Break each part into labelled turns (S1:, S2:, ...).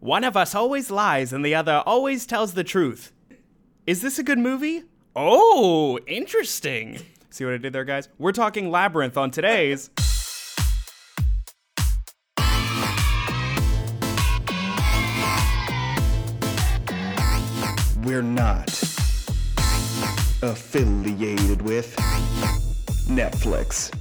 S1: One of us always lies and the other always tells the truth. Is this a good movie? Oh, interesting. See what I did there, guys? We're talking Labyrinth on today's.
S2: We're not affiliated with Netflix.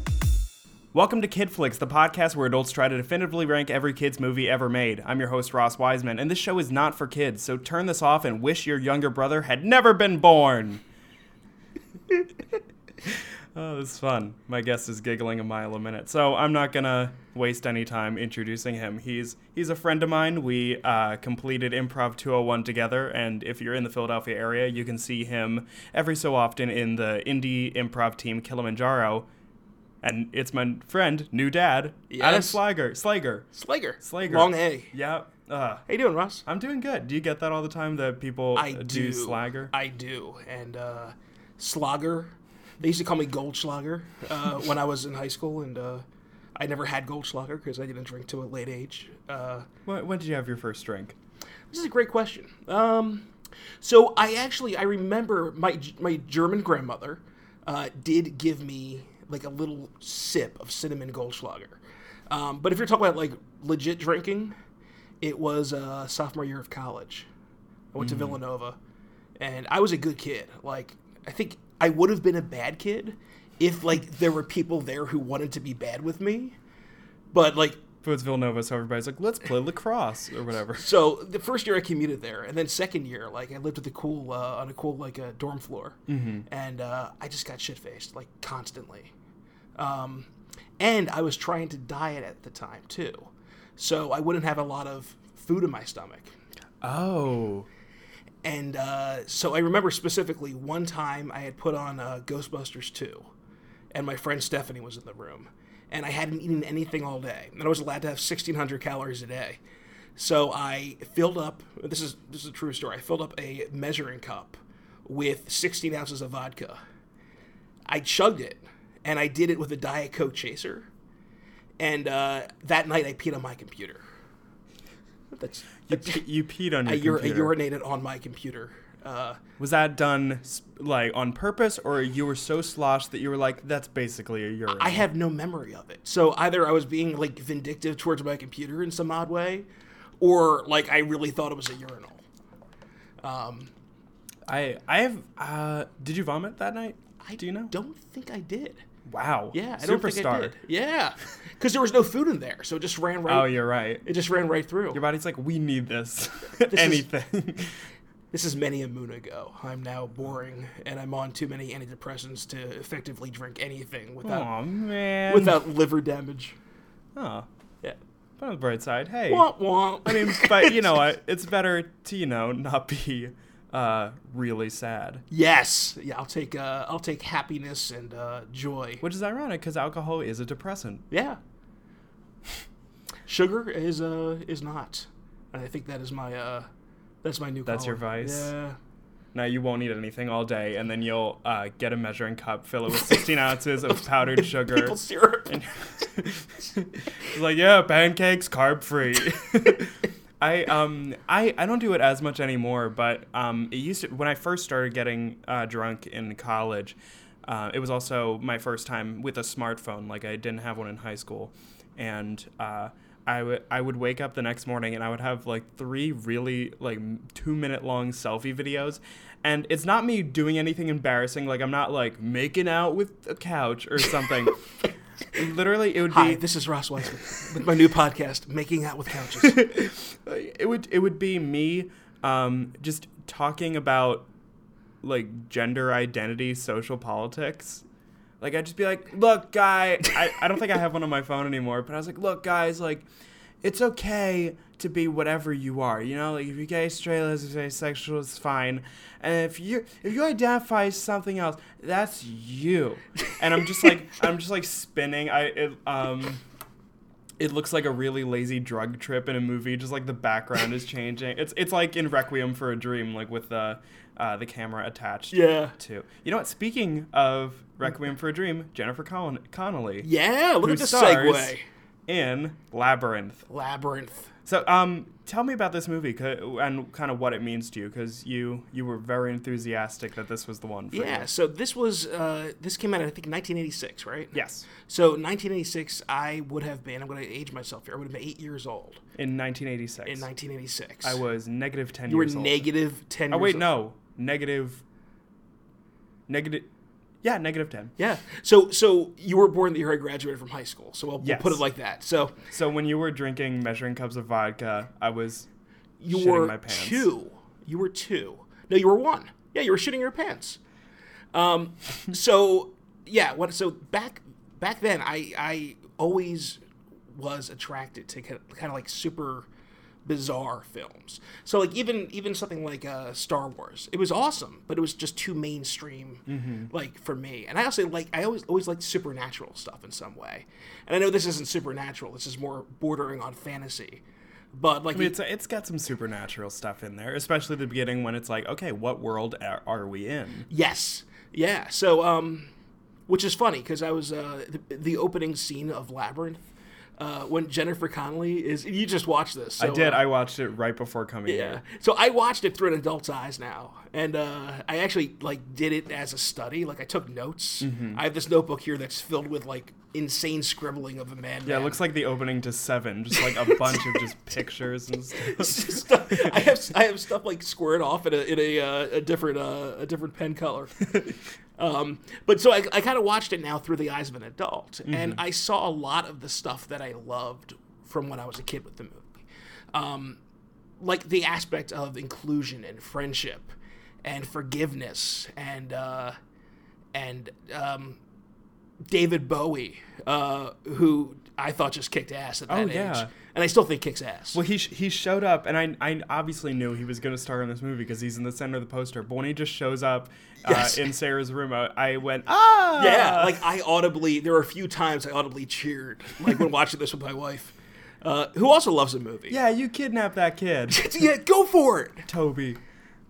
S1: Welcome to Kid Flicks, the podcast where adults try to definitively rank every kid's movie ever made. I'm your host, Ross Wiseman, and this show is not for kids, so turn this off and wish your younger brother had never been born. oh, this is fun. My guest is giggling a mile a minute, so I'm not gonna waste any time introducing him. He's he's a friend of mine. We uh, completed Improv 201 together, and if you're in the Philadelphia area, you can see him every so often in the indie improv team Kilimanjaro. And it's my friend, new dad, Adam
S3: Yes.
S1: Slager. Slager.
S3: Slager.
S1: Slager.
S3: Long A.
S1: Yeah. Uh,
S3: How you doing, Ross?
S1: I'm doing good. Do you get that all the time that people
S3: I
S1: uh,
S3: do.
S1: Slager?
S3: I do. And uh, Slogger. They used to call me Goldschlager uh, when I was in high school, and uh, I never had Goldschlager because I didn't drink till a late age. Uh,
S1: when, when did you have your first drink?
S3: this is a great question. Um, so I actually I remember my my German grandmother uh, did give me like a little sip of cinnamon Goldschlager. Um, but if you're talking about like legit drinking, it was uh, sophomore year of college. I went to Villanova, and I was a good kid. Like I think I would have been a bad kid if like there were people there who wanted to be bad with me. But like
S1: But it's Villanova, so everybody's like, let's play lacrosse or whatever.
S3: so the first year I commuted there, and then second year, like I lived with a cool uh, on a cool like a dorm floor, and uh, I just got shit faced like constantly, um, and I was trying to diet at the time too, so I wouldn't have a lot of food in my stomach,
S1: Oh.
S3: and uh, so I remember specifically one time I had put on uh, Ghostbusters two, and my friend Stephanie was in the room, and I hadn't eaten anything all day, and I was allowed to have sixteen hundred calories a day. So I filled up. This is this is a true story. I filled up a measuring cup with 16 ounces of vodka. I chugged it, and I did it with a Diet Coke chaser. And uh, that night, I peed on my computer. That's,
S1: You,
S3: that's
S1: pe- you peed on
S3: I,
S1: your
S3: ur- I
S1: computer.
S3: urinated on my computer. Uh,
S1: Was that done s- like on purpose, or you were so sloshed that you were like, "That's basically a urine"?
S3: I have no memory of it. So either I was being like vindictive towards my computer in some odd way, or like I really thought it was a urinal.
S1: I I have. Uh, did you vomit that night?
S3: I
S1: Do you know?
S3: Don't think I did.
S1: Wow.
S3: Yeah, I
S1: Superstar.
S3: don't think I did. Yeah, because there was no food in there, so it just ran right.
S1: Oh, you're right.
S3: It just ran right through.
S1: Your body's like, we need this. Anything.
S3: This is many a moon ago. I'm now boring, and I'm on too many antidepressants to effectively drink anything without
S1: oh man.
S3: without liver damage.
S1: Oh,
S3: Yeah.
S1: but on the bright side, hey.
S3: Womp womp.
S1: I mean, but you know what? It's better to you know not be uh, really sad,
S3: Yes. Yeah, I'll take uh, I'll take happiness and uh, joy.
S1: which is ironic because alcohol is a depressant.
S3: Yeah. Sugar is uh is not. And I think that is my uh that's my new
S1: That's your
S3: column.
S1: vice?
S3: Yeah.
S1: Now you won't eat anything all day, and then you'll uh, get a measuring cup, fill it with 16 ounces of powdered sugar.
S3: Maple syrup.
S1: And it's like, yeah, pancakes, carb free. I um I, I don't do it as much anymore, but um it used to when I first started getting uh, drunk in college, uh, it was also my first time with a smartphone. Like I didn't have one in high school, and uh, I would I would wake up the next morning and I would have like three really like m- two minute long selfie videos, and it's not me doing anything embarrassing. Like I'm not like making out with a couch or something. Literally, it would
S3: Hi,
S1: be
S3: this is Ross Weissman with my new podcast, Making Out with Couches.
S1: like, it would it would be me um, just talking about like gender identity, social politics. Like I'd just be like, look, guy, I, I don't think I have one on my phone anymore, but I was like, look, guys, like it's okay to be whatever you are, you know, like if you're gay, straight, lesbian, asexual, it's fine. And if you if you identify as something else, that's you. And I'm just like I'm just like spinning. I it, um it looks like a really lazy drug trip in a movie. Just like the background is changing. It's it's like in Requiem for a Dream, like with the uh, the camera attached.
S3: Yeah.
S1: To you know what? Speaking of Requiem for a Dream, Jennifer Con- Connolly
S3: Yeah, look
S1: Who
S3: at the
S1: stars
S3: segue.
S1: in Labyrinth.
S3: Labyrinth.
S1: So, um, tell me about this movie 'cause- and kind of what it means to you, because you you were very enthusiastic that this was the one for
S3: Yeah,
S1: you.
S3: so this was uh, this came out I think 1986, right?
S1: Yes.
S3: So 1986, I would have been. I'm going to age myself here. I would have been eight years old
S1: In 1986,
S3: in 1986.
S1: I was negative 10
S3: You were
S1: years old.
S3: negative 10.
S1: Oh
S3: years
S1: wait,
S3: old.
S1: no, negative. Negative. Yeah, negative 10.
S3: Yeah. So so you were born the year I graduated from high school. So we'll,
S1: Yes.
S3: we'll put it like that. So
S1: So when you were drinking measuring cups of vodka, I was
S3: you
S1: Shitting
S3: were
S1: my pants.
S3: two. You were two. No, you were one. Yeah, you were shitting your pants. Um, so yeah, what? So back back then, I I always was attracted to kind of, kind of like super bizarre films. So like even even something like uh, Star Wars, it was awesome, but it was just too mainstream
S1: Mm-hmm.
S3: like for me. And I also like I always always liked supernatural stuff in some way. And I know this isn't supernatural. This is more bordering on fantasy. But like
S1: It's it's got some supernatural stuff in there, especially the beginning when it's like, okay, what world are, are we in?
S3: Yes. Yeah. So, um, which is funny because I was uh, the, the opening scene of Labyrinth uh, when Jennifer Connelly is. You just watched this. So,
S1: I did.
S3: uh,
S1: I watched it right before coming
S3: yeah.
S1: here.
S3: So I watched it through an adult's eyes now, and uh, I actually like did it as a study. Like I took notes.
S1: Mm-hmm.
S3: I have this notebook here that's filled with like insane scribbling of a man.
S1: Yeah, it looks like the opening to Seven, just like a bunch of just pictures and stuff.
S3: stuff. I have I have stuff like squared off in a in a, uh, a different uh, a different pen color. um, but so I, I kind of watched it now through the eyes of an adult, and I saw a lot of the stuff that I loved from when I was a kid with the movie, um, like the aspect of inclusion and friendship, and forgiveness, and uh, and um, David Bowie, uh, who I thought just kicked ass at that age,
S1: yeah.
S3: and I still think kicks ass.
S1: Well, he sh- he showed up, and I I obviously knew he was going to star in this movie because he's in the center of the poster. But when he just shows up uh,
S3: Yes.
S1: in Sarah's room, I, I went ah
S3: Yeah, like I audibly. There were a few times I audibly cheered, like when watching this with my wife, uh, who also loves the movie.
S1: yeah, you kidnapped that kid,
S3: yeah, go for it,
S1: Toby.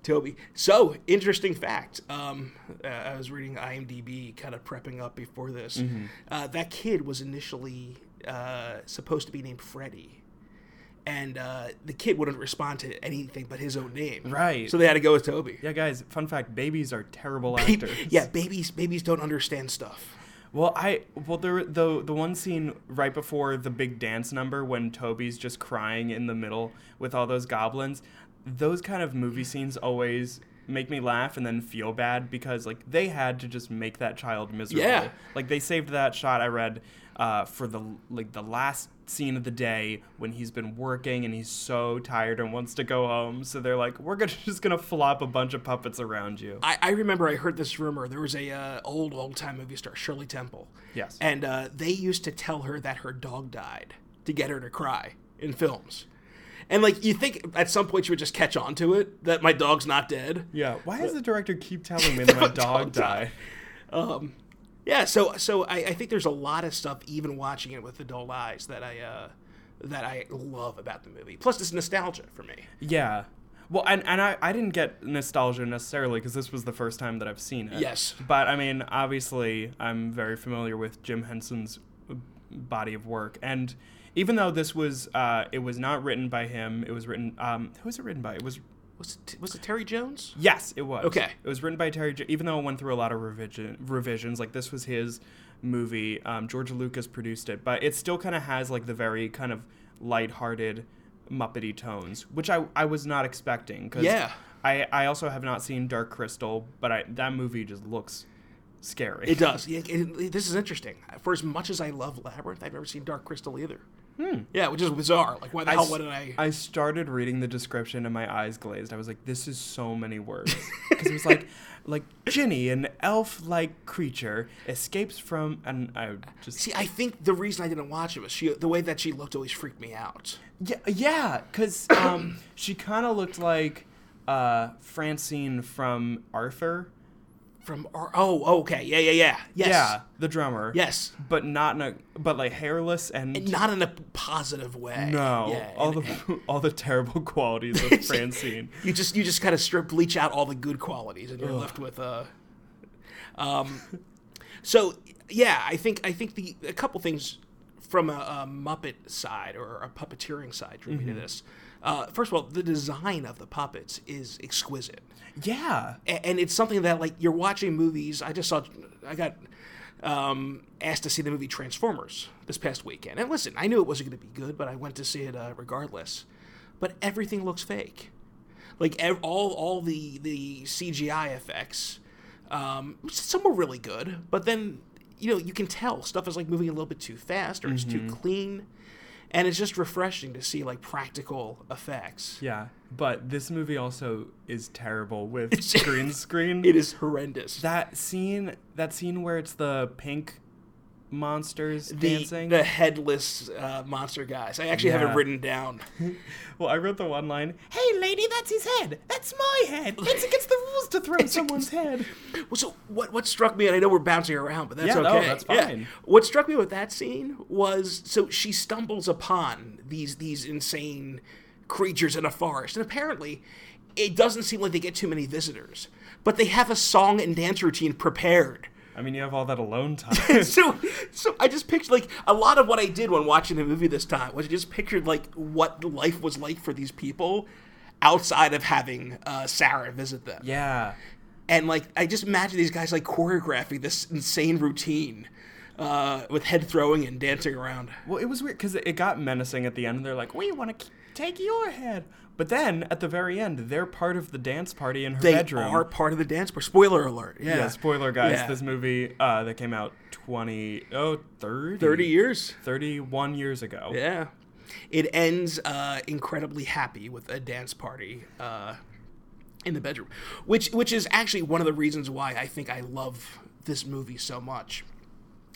S3: Toby. So interesting fact. Um, uh, I was reading IMDb, kind of prepping up before this.
S1: Mm-hmm.
S3: Uh, that kid was initially uh, supposed to be named Freddie. And uh, the kid wouldn't respond to anything but his own name.
S1: Right.
S3: So they had to go with Toby.
S1: Yeah, guys. Fun fact: babies are terrible
S3: Babe-
S1: actors.
S3: yeah, babies babies don't understand stuff.
S1: Well, I well there the the one scene right before the big dance number when Toby's just crying in the middle with all those goblins. Those kind of movie scenes always make me laugh and then feel bad because like they had to just make that child miserable.
S3: Yeah.
S1: Like they saved that shot I read uh, for the like the last scene of the day when he's been working and he's so tired and wants to go home. So they're like, we're gonna, just gonna flop a bunch of puppets around you.
S3: I, I remember I heard this rumor. There was a uh, old old time movie star Shirley Temple.
S1: Yes.
S3: and uh, they used to tell her that her dog died to get her to cry in films. And like you think at some point you would just catch on to it that my dog's not dead.
S1: yeah. Why does the director keep telling me that my
S3: Dog
S1: dog
S3: died.
S1: died?
S3: Um, Yeah, so so I, I think there's a lot of stuff even watching it with adult eyes that I uh, that I love about the movie. Plus, it's nostalgia for me.
S1: Yeah. Well, and, and I, I didn't get nostalgia necessarily because this was the first time that I've seen it.
S3: Yes.
S1: But I mean, obviously, I'm very familiar with Jim Henson's uh, body of work. And even though this was, uh, it was not written by him, it was written, um, who was it written by? It was,
S3: Was it was it Terry Jones?
S1: yes, it was.
S3: Okay.
S1: It was written by Terry, J- even though it went through a lot of revision, revisions, like this was his movie. Um, George Lucas produced it, but it still kind of has like the very kind of lighthearted Muppety tones, which I, I was not expecting. 'cause
S3: Yeah.
S1: I, I also have not seen Dark Crystal, but I, that movie just looks scary.
S3: It does. Yeah, it- it- this is interesting. For as much as I love Labyrinth, I've never seen Dark Crystal either. Yeah, which is bizarre. Like, why the hell
S1: s-
S3: wouldn't I?
S1: Hmm. I started reading the description and my eyes glazed. I was like, this is so many words. Because it was like, like Ginny, an elf-like creature, escapes from, and I just
S3: See, I think the reason I didn't watch it was she the way that she looked always freaked me out.
S1: Yeah, yeah, because um, she kind of looked like uh, Francine from Arthur.
S3: From our, oh, okay, yeah, yeah, yeah, yes,
S1: Yeah, the drummer.
S3: yes,
S1: but not in a but like hairless and,
S3: not in a positive way.
S1: no,
S3: yeah,
S1: all
S3: and-
S1: the all the terrible qualities of Francine.
S3: you just you just kind of strip bleach out all the good qualities, and you're left with uh, um, so yeah, I think I think the a couple things from a, a Muppet side or a puppeteering side drew me to this. Uh, first of all, the design of the puppets is exquisite
S1: Yeah.
S3: a- and it's something that like you're watching movies. I just saw, I got um, asked to see the movie Transformers this past weekend, and listen, I knew it wasn't going to be good, but I went to see it uh, regardless. But everything looks fake, like ev- all all the the CGI effects. Um, some were really good, but then you know you can tell stuff is like moving a little bit too fast or it's too clean, and it's just refreshing to see like practical effects.
S1: Yeah. But this movie also is terrible with green screen.
S3: It is horrendous.
S1: that scene that scene where it's the pink monsters
S3: the,
S1: dancing.
S3: the headless uh, monster guys. I actually have
S1: Yeah.
S3: it written down.
S1: Well, I wrote the one line, "Hey lady, that's his head. That's my head. It's against the rules to throw someone's head."
S3: Well, so what? What struck me, and I know we're bouncing around, but that's
S1: Yeah,
S3: okay.
S1: no, that's fine.
S3: What struck me with that scene was so she stumbles upon these these insane creatures in a forest, and apparently. It doesn't seem like they get too many visitors, but they have a song and dance routine prepared.
S1: I mean, you have all that alone time.
S3: so so I just pictured like a lot of what I did when watching the movie this time was I just pictured like what life was like for these people outside of having uh, Sarah visit them.
S1: yeah.
S3: And like I just imagine these guys like choreographing this insane routine uh, with head throwing and dancing around.
S1: Well, it was weird because it got menacing at the end. and They're like, "We want to take your head," but then at the very end, they're part of the dance party in her
S3: They
S1: bedroom.
S3: are part of the dance part. Spoiler alert. Yeah.
S1: yeah, spoiler guys,
S3: Yeah.
S1: this movie uh, that came out 20, oh, 30,
S3: 30 years.
S1: 31 years ago.
S3: Yeah. It ends uh, incredibly happy with a dance party uh, in the bedroom, which which is actually one of the reasons why I think I love this movie so much.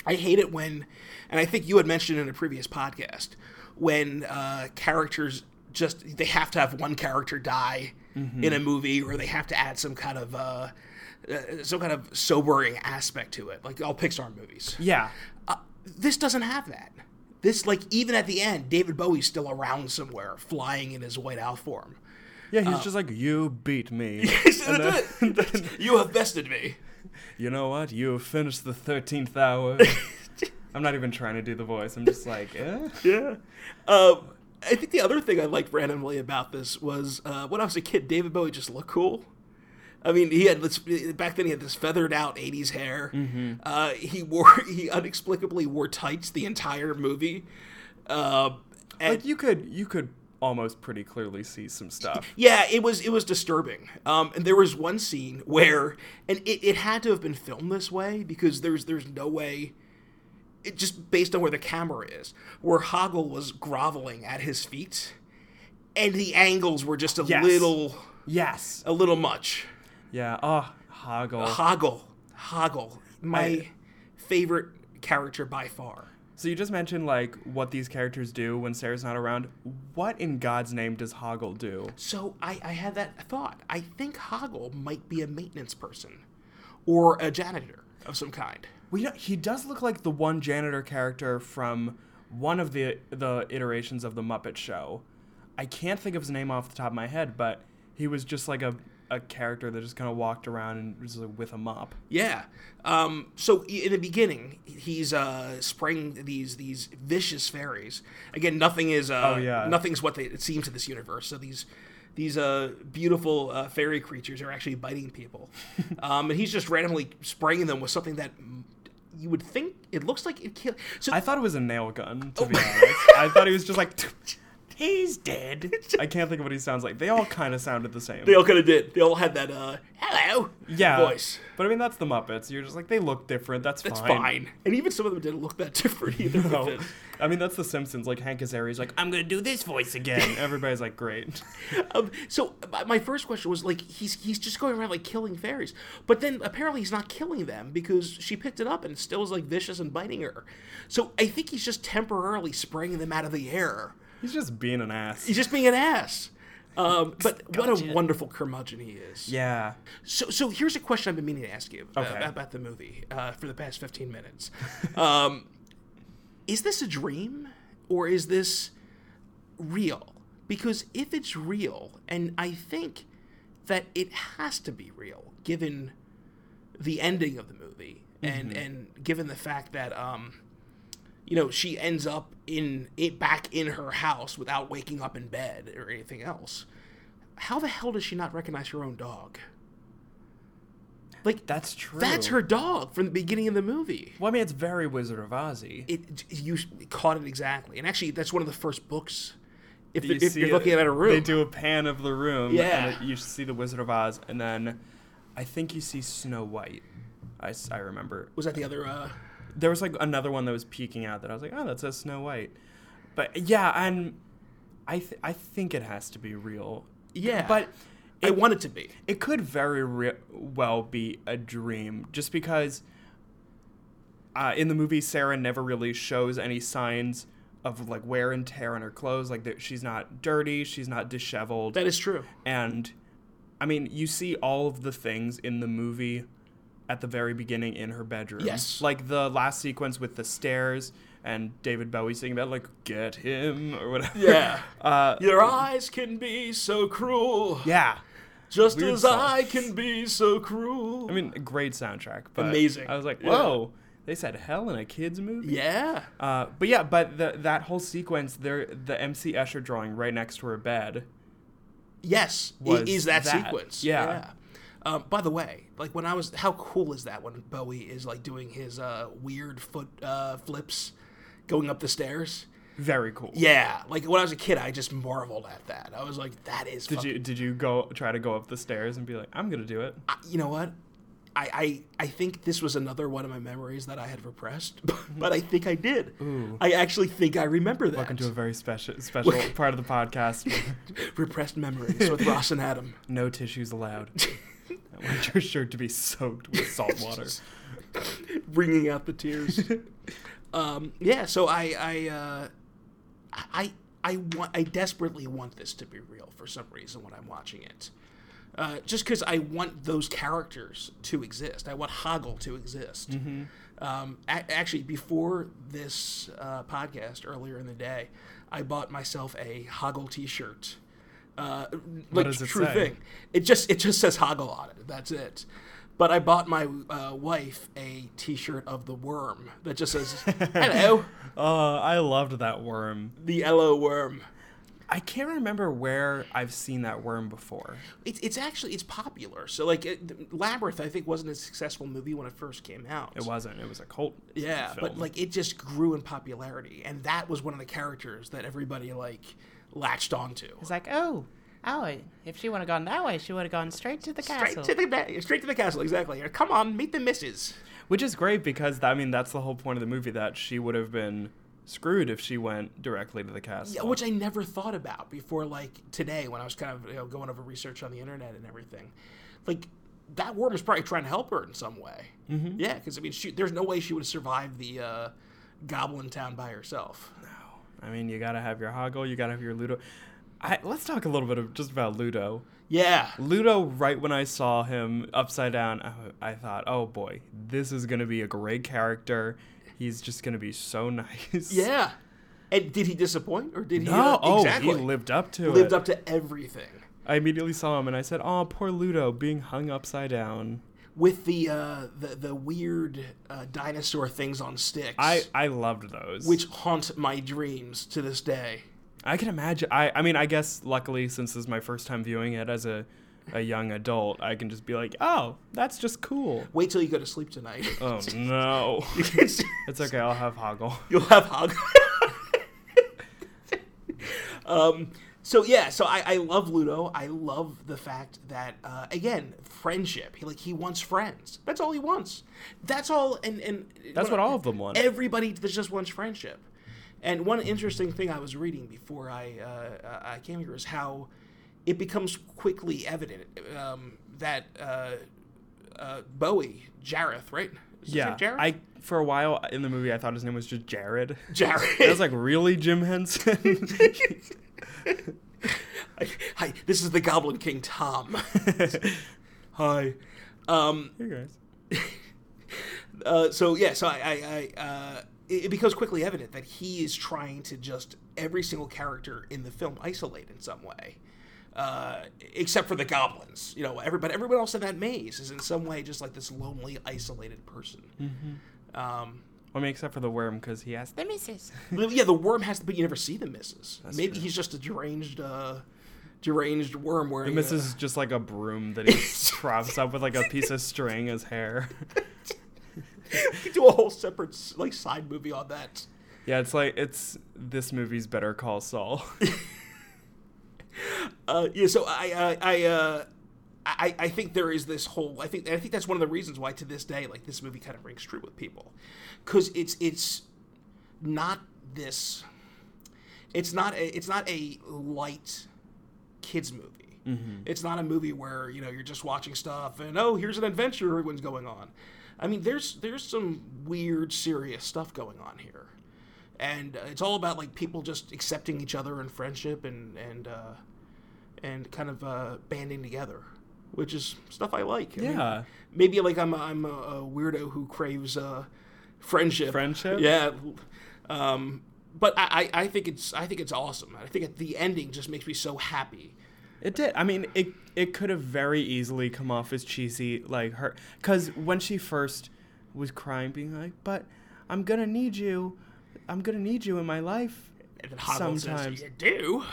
S3: I hate it when, and I think you had mentioned in a previous podcast, when uh, characters just they have to have one character die in a movie, or they have to add some kind of uh, uh, some kind of sobering aspect to it, like all Pixar movies
S1: Yeah.
S3: uh, this doesn't have that. This like even at the end, David Bowie's still around somewhere, flying in his white owl form.
S1: Yeah, he's
S3: Uh.
S1: just like, "You beat me." And then-
S3: you have bested me.
S1: you know what? You have finished the thirteenth hour. I'm not even trying to do the voice. I'm just like, eh?
S3: Yeah. Um, I think the other thing I liked randomly about this was uh, when I was a kid, David Bowie just looked cool. I mean, he had this back then. He had this feathered out '80s hair. Uh, he wore he inexplicably wore tights the entire movie. Um and,
S1: Like you could, you could almost pretty clearly see some stuff.
S3: Yeah, it was it was disturbing. Um, and there was one scene where, and it, it had to have been filmed this way because there's there's no way, it just based on where the camera is, where Hoggle was groveling at his feet, and the angles were just a
S1: Yes.
S3: little
S1: Yes.
S3: a little much.
S1: Yeah. Oh, Hoggle.
S3: Hoggle, Hoggle, my favorite character by far.
S1: So you just mentioned like what these characters do when Sarah's not around. What in God's name does Hoggle do?
S3: So I, I had that thought. I think Hoggle might be a maintenance person, or a janitor of some kind.
S1: We don't, he does look like the one janitor character from one of the the iterations of the Muppet Show. I can't think of his name off the top of my head, but he was just like a, a character that just kind of walked around and was like with a mop.
S3: Yeah. Um, so i- in the beginning, he's uh, spraying these these vicious fairies. Again, nothing is uh,
S1: Oh, yeah.
S3: nothing's what they, it seems in this universe. So these these uh, beautiful uh, fairy creatures are actually biting people, um, and he's just randomly spraying them with something that mm, you would think it looks like it killed. So
S1: I thought it was a nail gun, to be
S3: Oh.
S1: honest. I thought he was just like, he's dead. I can't think of what he sounds like. They all kind of sounded the same.
S3: they all kind of did. They all had that uh, hello
S1: yeah.
S3: voice.
S1: But I mean, that's the Muppets. You're just like, they look different. That's
S3: It's fine. and even some of them didn't look that different either. with
S1: No.
S3: it.
S1: I mean, that's The Simpsons. Like, Hank Azaria's like, I'm going to do this voice again. Everybody's like, great.
S3: Um, so my- my first question was like he's he's just going around like killing fairies, but then apparently he's not killing them because she picked it up and still is like vicious and biting her. So I think he's just temporarily spraying them out of the air.
S1: He's just being an ass.
S3: He's just being an ass. Um, but what a wonderful curmudgeon he is.
S1: Yeah.
S3: So, so here's a question I've been meaning to ask you uh,
S1: Okay.
S3: about the movie uh, for the past 15 minutes. um, is this a dream or is this real? Because if it's real, and I think that it has to be real given
S1: Mm-hmm.
S3: the ending of the movie and, and given the fact that um, you know, she ends up in it back in her house without waking up in bed or anything else. How the hell does she not recognize her own dog? Like
S1: That's true.
S3: that's her dog from the beginning of the movie.
S1: Well, I mean, it's very Wizard of Ozzy.
S3: It you caught it exactly, and actually that's one of the first books. If,
S1: you
S3: if
S1: see
S3: you're
S1: it-
S3: looking at a room,
S1: They do a pan of the room.
S3: Yeah.
S1: And it- you see the Wizard of Oz, and then I think you see Snow White. I, s- I remember.
S3: was that the other? Uh,
S1: There was like another one that was peeking out that I was like, oh, that says Snow White. But yeah, and I, th- I think it has to be real.
S3: yeah,
S1: But
S3: I want it to be.
S1: it could very re- well be a dream just because uh, in the movie sarah never really shows any signs of like wear and tear on her clothes like that she's not dirty she's not disheveled
S3: That is true.
S1: and i mean you see all of the things in the movie at the very beginning in her bedroom
S3: Yes.
S1: like the last sequence with the stairs and david bowie singing about like get him or whatever
S3: Yeah.
S1: uh,
S3: Your eyes can be so cruel,
S1: yeah
S3: just
S1: weird
S3: as
S1: song.
S3: I can be so cruel.
S1: I mean, a great soundtrack. But
S3: Amazing.
S1: I was like,
S3: Yeah.
S1: whoa, they said hell in a kids movie.
S3: yeah,
S1: Uh, but yeah, but the, that whole sequence, there, the MC Escher drawing right next to her bed.
S3: yes, i-
S1: Was
S3: is that,
S1: that.
S3: sequence?
S1: Yeah.
S3: Um, by the way, like when I was, how cool is that when Bowie is like doing his uh, weird foot uh, flips, going up the stairs?
S1: Very cool.
S3: Yeah, like when I was a kid, I just marveled at that. I was like, that is.
S1: Did
S3: fucking-
S1: you did you go try to go up the stairs and be like, I'm gonna do it?
S3: I- you know what? I, I, I think this was another one of my memories that I had repressed, but I think I did. I actually think I remember that.
S1: Welcome to a very special special part of the podcast.
S3: Repressed memories with Ross and Adam.
S1: no tissues allowed. I want your shirt to be soaked with salt water.
S3: wringing out the tears. um, yeah, so I I uh, I I want I desperately want this to be real for some reason when I'm watching it. Uh, just because I want those characters to exist, I want Hoggle to exist.
S1: Mm-hmm.
S3: Um, a- actually, before this uh, podcast earlier in the day, I bought myself a Hoggle T-shirt. Uh, like
S1: does it
S3: true
S1: say?
S3: thing. It just it just says Hoggle on it. That's it. But I bought my uh, wife a T-shirt of the worm that just says "Hello,
S1: Oh, I loved that worm.
S3: the Hello Worm."
S1: I can't remember where I've seen that worm before.
S3: It's it's actually it's popular. So like it, Labyrinth, I think wasn't a successful movie when it first came out.
S1: It wasn't. It was a cult.
S3: Yeah, but
S1: film.
S3: like it just grew in popularity, and that was one of the characters that everybody like latched onto.
S4: It's like, oh, oh, if she would have gone that way, she would have gone straight to the castle.
S3: Straight to the ba- straight to the castle, exactly. Or, Come on, meet the missus.
S1: Which is great because I mean that's the whole point of the movie that she would have been screwed if she went directly to the castle.
S3: Yeah, which I never thought about before, like today when I was kind of you know, going over research on the internet and everything. Like that worm was probably trying to help her in some way. Mm-hmm. Yeah, because I mean, she, there's no way she would have survived the uh, Goblin Town by herself.
S1: I mean you gotta have your Hoggle, you gotta have your Ludo. I, let's talk a little bit of just about Ludo.
S3: Yeah,
S1: Ludo, right when I saw him upside down, I, I thought, oh boy, this is gonna be a great character. He's just gonna be so nice.
S3: yeah. And did he disappoint, or did he?
S1: No,
S3: uh,
S1: oh,
S3: exactly.
S1: he lived up to
S3: lived
S1: it.
S3: up to everything
S1: I immediately saw him and I said, oh, poor Ludo being hung upside down.
S3: with the uh, the the weird uh, dinosaur things on sticks,
S1: I, I loved those.
S3: which haunt my dreams to this day.
S1: I can imagine. I, I mean, I guess luckily, since this is my first time viewing it as a, a young adult, I can just be like, oh, that's just cool.
S3: Wait till you go to sleep tonight.
S1: Oh, no. It's okay. I'll have Hoggle.
S3: You'll have hog. um, so yeah, so I, I love Ludo. I love the fact that uh, again, friendship. He like he wants friends. That's all he wants. That's all. And and
S1: That's what all of them want.
S3: Everybody that just wants friendship. And one interesting thing I was reading before I uh, I came here is how it becomes quickly evident um, that uh, uh, Bowie Jareth, right? Is his
S1: Yeah.
S3: name Jareth?
S1: I For a while in the movie, I thought his name was just Jared.
S3: Jareth.
S1: I was like, really, Jim Henson?
S3: Hi, this is the Goblin King Tom. Hi. Um,
S1: you guys.
S3: uh, so yeah, so I, I, I uh, it, it becomes quickly evident that he is trying to just every single character in the film isolate in some way, uh, except for the goblins. You know, everybody, everyone else in that maze is in some way just like this lonely, isolated person. Um,
S1: I mean, except for the worm, because he asked
S4: The missus.
S3: Well, yeah, the worm has to, but you never see the missus. Maybe he's just a deranged, uh, deranged worm wearing.
S1: This is just like a broom that he props up with like a piece of string as hair.
S3: A, do a whole separate like side movie on that.
S1: Yeah, it's like it's this movie's Better Call Saul.
S3: Uh, yeah, so I, I, I, uh, I, I think there is this whole. I think I think that's one of the reasons why to this day, like this movie, kind of rings true with people, because it's it's not this. It's not a, it's not a light kids movie. It's not a movie where you know you're just watching stuff and oh here's an adventure everyone's going on. I mean there's there's some weird serious stuff going on here, and uh, it's all about like people just accepting each other and friendship and and uh, and kind of uh, banding together, which is stuff I like. I mean,
S1: Yeah.
S3: maybe like I'm a, I'm a, a weirdo who craves uh, friendship.
S1: Friendship?
S3: yeah. Um, but I, I I think it's I think it's awesome. I think the ending just makes me so happy.
S1: It did. I mean, it it could have very easily come off as cheesy, like her, because when she first was crying, being like, "But I'm gonna need you, I'm gonna need you in my life,"
S3: And then Hannibal
S1: Sometimes.
S3: says, "You do."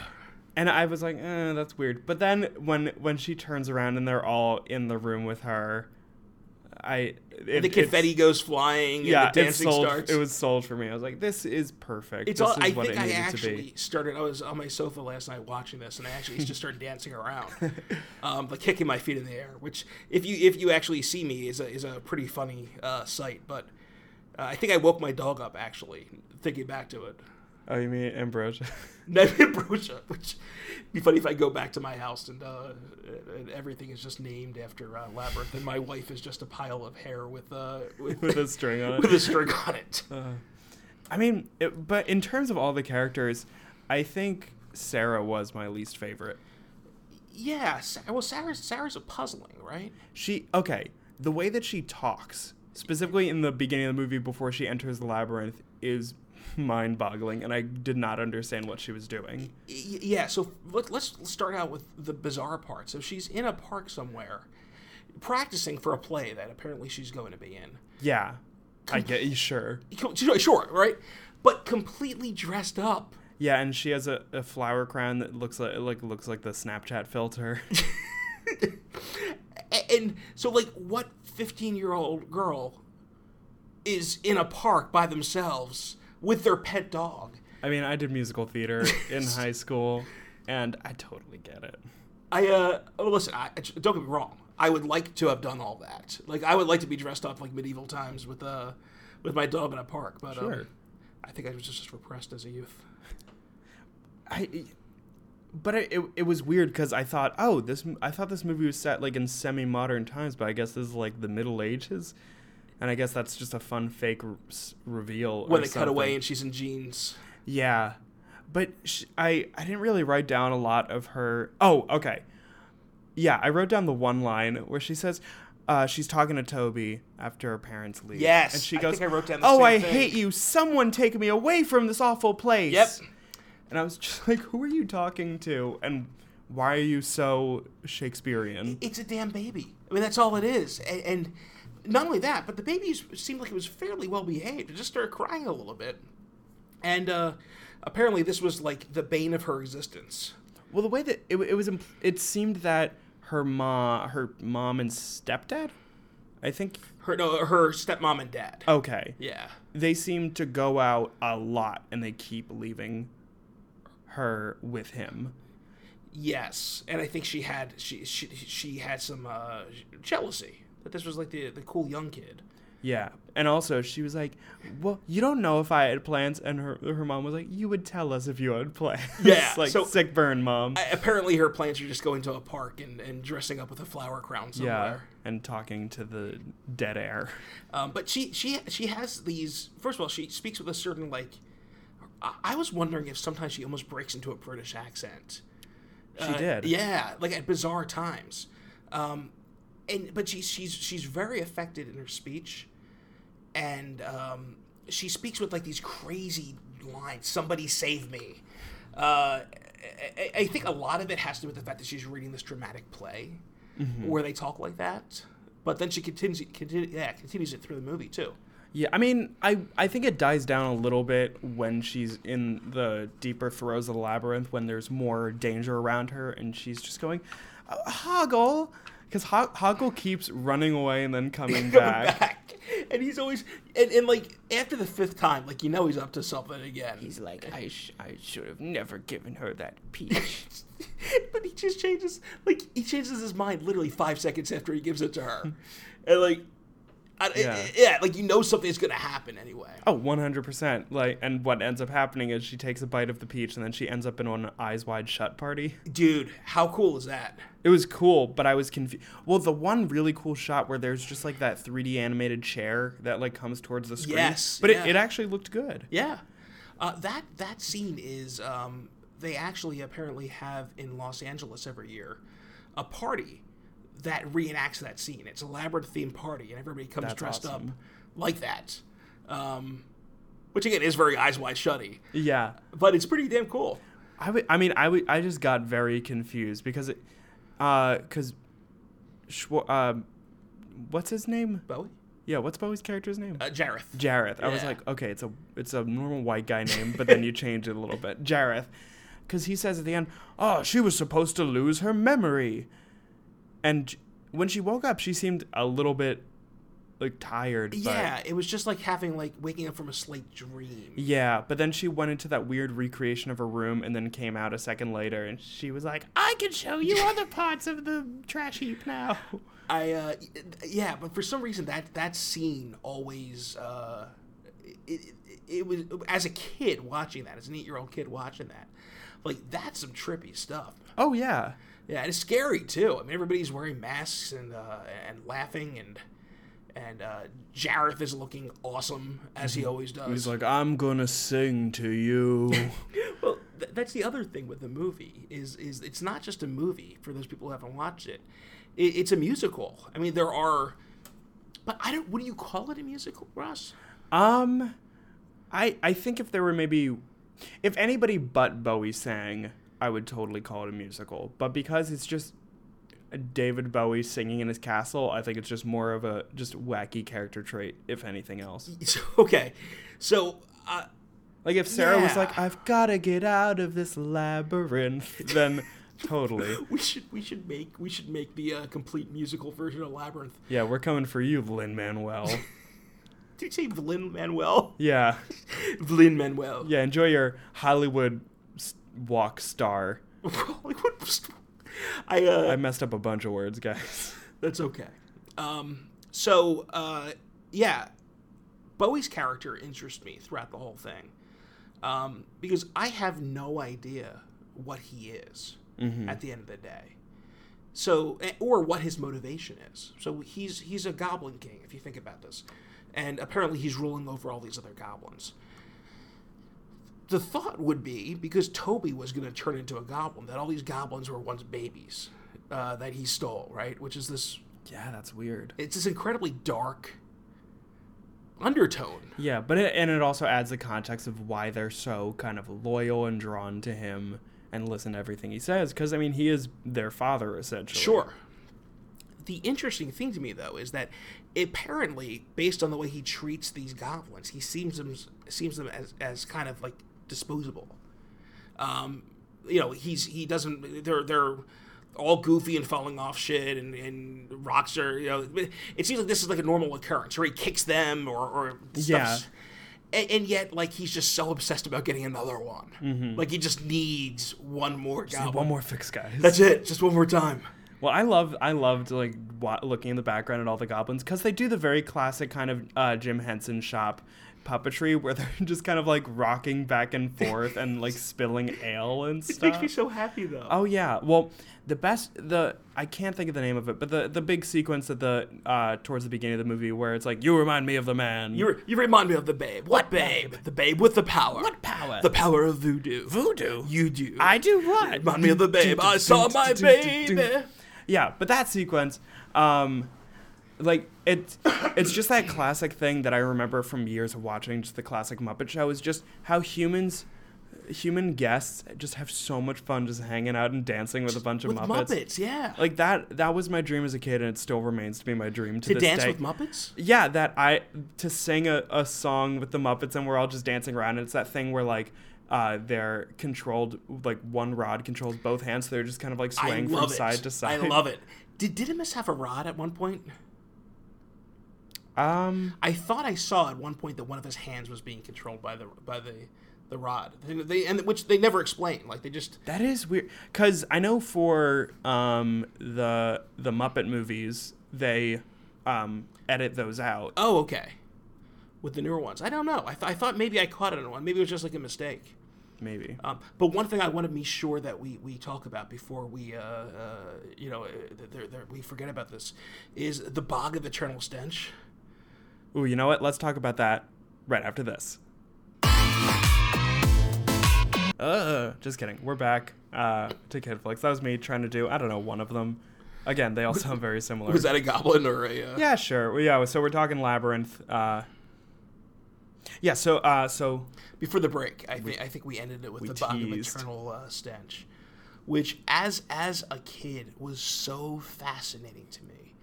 S1: and I was like, eh, "That's weird." But then when when she turns around and they're all in the room with her, I it,
S3: The
S1: it's-
S3: confetti goes flying.
S1: yeah,
S3: and the
S1: it
S3: dancing
S1: sold-
S3: starts.
S1: It was sold for me. I was like, "This is perfect.
S3: It's
S1: this
S3: all,
S1: is
S3: I
S1: what
S3: think
S1: it
S3: I
S1: needed to
S3: actually
S1: be."
S3: started. I was on my sofa last night watching this, and I actually just started dancing around, um, like kicking my feet in the air. Which, if you if you actually see me, is a is a pretty funny uh, sight. But uh, I think I woke my dog up actually thinking back to it.
S1: Oh, you mean ambrosia?
S3: Ned Ambrosia, which would be funny if I go back to my house and, uh, and everything is just named after uh, Labyrinth, and my wife is just a pile of hair with uh, with,
S1: With a string on it. Uh.
S3: with a string on it.
S1: I mean, it, but in terms of all the characters, I think Sarah was my least favorite.
S3: yeah, Sa- well, Sarah's Sarah's a puzzling, right?
S1: She okay, the way that she talks, specifically in the beginning of the movie before she enters the labyrinth, is mind-boggling, and I did not understand what she was doing.
S3: Y- yeah so let, let's start out with the bizarre part so she's in a park somewhere practicing for a play that apparently she's going to be in
S1: Yeah, I get you sure.
S3: Co- sure- sure right but completely dressed up
S1: Yeah, and she has a, a flower crown that looks like like looks like the Snapchat filter.
S3: A- and so like what 15 year old girl is in a park by themselves with their pet dog
S1: I mean, I did musical theater in high school, and I totally get it.
S3: I uh oh, listen, I, I- don't get me wrong. I would like to have done all that. Like I would like to be dressed up like medieval times with uh with my dog in a park, but um,
S1: Sure.
S3: I think I was just, just repressed as a youth.
S1: I, but it, it, it was weird because I thought, oh, this m- I thought this movie was set like in semi-modern times, but I guess this is like the Middle Ages, and I guess that's just a fun fake r- s- reveal.
S3: When
S1: or
S3: they cut away
S1: something.
S3: and she's in jeans.
S1: yeah, but sh- I I didn't really write down a lot of her. Oh, okay, yeah, I wrote down the one line where she says. Uh, she's talking to Toby after her parents leave.
S3: Yes,
S1: and she
S3: I
S1: goes,
S3: think I wrote down the
S1: "Oh,
S3: same
S1: I
S3: thing."
S1: hate you! Someone take me away from this awful place."
S3: Yep.
S1: And I was just like, who are you talking to? And why are you so Shakespearean?
S3: It's a damn baby. I mean, that's all it is. And, and not only that, but the baby seemed like it was fairly well behaved. It just started crying a little bit. And uh, apparently, this was like the bane of her existence.
S1: Well, the way that it, it was, impl- it seemed that her ma, her mom and stepdad, I think.
S3: Her no, her stepmom and dad.
S1: Okay,
S3: Yeah.
S1: they seem to go out a lot, and they keep leaving her with him.
S3: Yes, and I think she had she she, she had some uh, jealousy that this was like the the cool young kid.
S1: Yeah, and also she was like, "Well, you don't know if I had plans," and her her mom was like, "You would tell us if you had plans."
S3: Yeah,
S1: like
S3: so-
S1: sick burn, mom.
S3: A- Apparently, her plans are just going to a park and, and dressing up with a flower crown
S1: yeah,
S3: somewhere.
S1: and talking to the dead air.
S3: Um, but she she she has these. First of all, she speaks with a certain like. I, I was wondering if sometimes she almost breaks into a British accent. Uh,
S1: She did.
S3: Yeah, like at bizarre times. Um, and but she, she's she's very affected in her speech, and um, she speaks with like these crazy lines. Somebody save me. Uh, I- I, I think a lot of it has to do with the fact that she's reading this dramatic play
S1: Mm-hmm.
S3: where they talk like that. But then she continues, continue, yeah, continues it through the movie too.
S1: Yeah, I mean, I I think it dies down a little bit when she's in the deeper throes of the labyrinth when there's more danger around her and she's just going, "Uh, Hoggle, because Hog- Hoggle keeps running away and then coming back.
S3: back. And he's always and, and like after the fifth time, like you know he's up to something again.
S1: He's like, I sh- I should have never given her that peach.
S3: but he just changes like he changes his mind literally five seconds after he gives it to her. and like I, yeah.
S1: Yeah.
S3: yeah, like you know something's gonna happen anyway.
S1: oh, 100 percent. Like, and what ends up happening is she takes a bite of the peach and then she ends up in one eyes wide shut party.
S3: Dude, how cool is that?
S1: It was cool, but I was confused. Well, the one really cool shot where there's just like that 3D animated chair that like comes towards the screen.
S3: Yes,
S1: but
S3: yeah.
S1: it, it actually looked good.
S3: Yeah. Uh, that that scene is um, they actually apparently have in Los Angeles every year a party that reenacts that scene. It's a labyrinth themed party, and everybody comes
S1: That's
S3: dressed up
S1: awesome.
S3: like that. Um, which again is very eyes wide shutty,
S1: Yeah,
S3: but it's pretty damn cool.
S1: I would- I mean, I would- I just got very confused because it, because, Schw- uh, what's his name?
S3: Bowie,
S1: Yeah, what's Bowie's character's name?
S3: uh, Jareth.
S1: Jareth. I was
S3: Yeah.
S1: like, okay, it's a it's a normal white guy name, but then you change it a little bit. Jareth, because he says at the end, "Oh, she was supposed to lose her memory," and j- when she woke up, she seemed a little bit like tired. but-
S3: yeah, it was just like having like waking up from a slate dream.
S1: yeah, but then she went into that weird recreation of her room and then came out a second later and she was like,
S4: I can show you other parts of the trash heap now.
S3: I uh, yeah, but for some reason that that scene always uh, it, it, it was as a kid watching that as an eight year old kid watching that, like that's some trippy stuff.
S1: "Oh yeah,
S3: Yeah, and it's scary too. I mean, everybody's wearing masks and uh, and laughing and and uh, Jareth is looking awesome as he always does.
S1: he's like, I'm gonna sing to you."
S3: Well, th- that's the other thing with the movie is is it's not just a movie for those people who haven't watched it. it it's a musical. I mean, there are, but I don't. What do you call it? A musical, Ross?
S1: Um, I I think if there were maybe, if anybody but Bowie sang, I would totally call it a musical. But because it's just David Bowie singing in his castle, I think it's just more of a just wacky character trait, if anything else.
S3: So- okay, so uh,
S1: Like if Sarah was
S3: Yeah.
S1: like, "I've gotta get out of this labyrinth," then totally.
S3: we should we should make we should make the uh, complete musical version of Labyrinth.
S1: Yeah, we're coming for you, Lin Manuel.
S3: Did you say Lin Manuel?
S1: Yeah,
S3: Lin Manuel.
S1: yeah. Enjoy your Hollywood s- walk star.
S3: I uh,
S1: I messed up a bunch of words, guys.
S3: That's okay. Um, so uh, yeah, Bowie's character interests me throughout the whole thing um, because I have no idea what he is at the end of the day. So a- or what his motivation is. So he's he's a goblin king if you think about this, and apparently he's ruling over all these other goblins. The thought would be because Toby was going to turn into a goblin that all these goblins were once babies uh, that he stole, right? Which is this
S1: Yeah, that's weird.
S3: it's this incredibly dark undertone.
S1: Yeah, but it, and it also adds the context of why they're so kind of loyal and drawn to him and listen to everything he says because I mean he is their father essentially.
S3: Sure. The interesting thing to me, though, is that apparently, based on the way he treats these goblins, he seems them seems them as, as kind of like disposable. Um, you know, he's he doesn't. They're they're all goofy and falling off shit, and, and rocks are. You know, it seems like this is like a normal occurrence, where he kicks them or or
S1: Yeah.
S3: stuff. And, and yet, like he's just so obsessed about getting another one. Like he just needs one more goblin.
S1: Mm-hmm. Uh, One more fix, guys.
S3: That's it. Just one more time.
S1: well, I love I loved like wa- looking in the background at all the goblins because they do the very classic kind of uh, Jim Henson shop puppetry where they're just kind of like rocking back and forth and like spilling ale and stuff.
S3: Makes me so happy though.
S1: Oh yeah. Well, the best the I can't think of the name of it, but the the big sequence at the uh towards the beginning of the movie where it's like you remind me of the man.
S3: You, re- you remind me of the babe. What babe? The babe with the power. What
S4: power?
S3: The power of voodoo.
S4: Voodoo?
S3: You do.
S4: I do what?
S3: remind me of the babe. I saw my baby.
S1: Yeah, but that sequence um like it it's just that classic thing that I remember from years of watching just the classic Muppet show is just how humans human guests just have so much fun just hanging out and dancing with a bunch of
S3: with
S1: Muppets.
S3: Muppets. yeah.
S1: Like that that was my dream as a kid and it still remains to be my dream to,
S3: to
S1: this
S3: dance
S1: day.
S3: with Muppets?
S1: Yeah, that I to sing a, a song with the Muppets and we're all just dancing around and it's that thing where like uh, they're controlled like one rod controls both hands, so they're just kind of like
S3: I
S1: swaying
S3: love
S1: from
S3: it.
S1: side to side.
S3: I love it. Did Didymus have a rod at one point?
S1: it. Um,
S3: I thought I saw at one point that one of his hands was being controlled by the by the the rod. They, they- and which they never explain. Like they just
S1: that is weird because I know for um the the Muppet movies they um edit those out.
S3: oh okay, with the newer ones. I don't know. I, th- I thought maybe I caught it in one. Maybe it was just like a mistake.
S1: Maybe
S3: Um, but one thing I want to be sure that we, we talk about before we, uh, uh, you know, uh, there, there, we forget about this is the bog of eternal stench.
S1: Ooh, you know what? Let's talk about that right after this. Uh, just kidding. We're back uh, to Kidflix. That was me trying to do, I don't know, one of them. Again, they all sound very similar.
S3: Was that a goblin or a? Uh,
S1: yeah, sure. Well, yeah, so we're talking Labyrinth. Uh, yeah, so uh, so
S3: Before the break, I think I think we ended it with the bog of
S1: teased.
S3: eternal uh, stench, which as as a kid was so fascinating to me,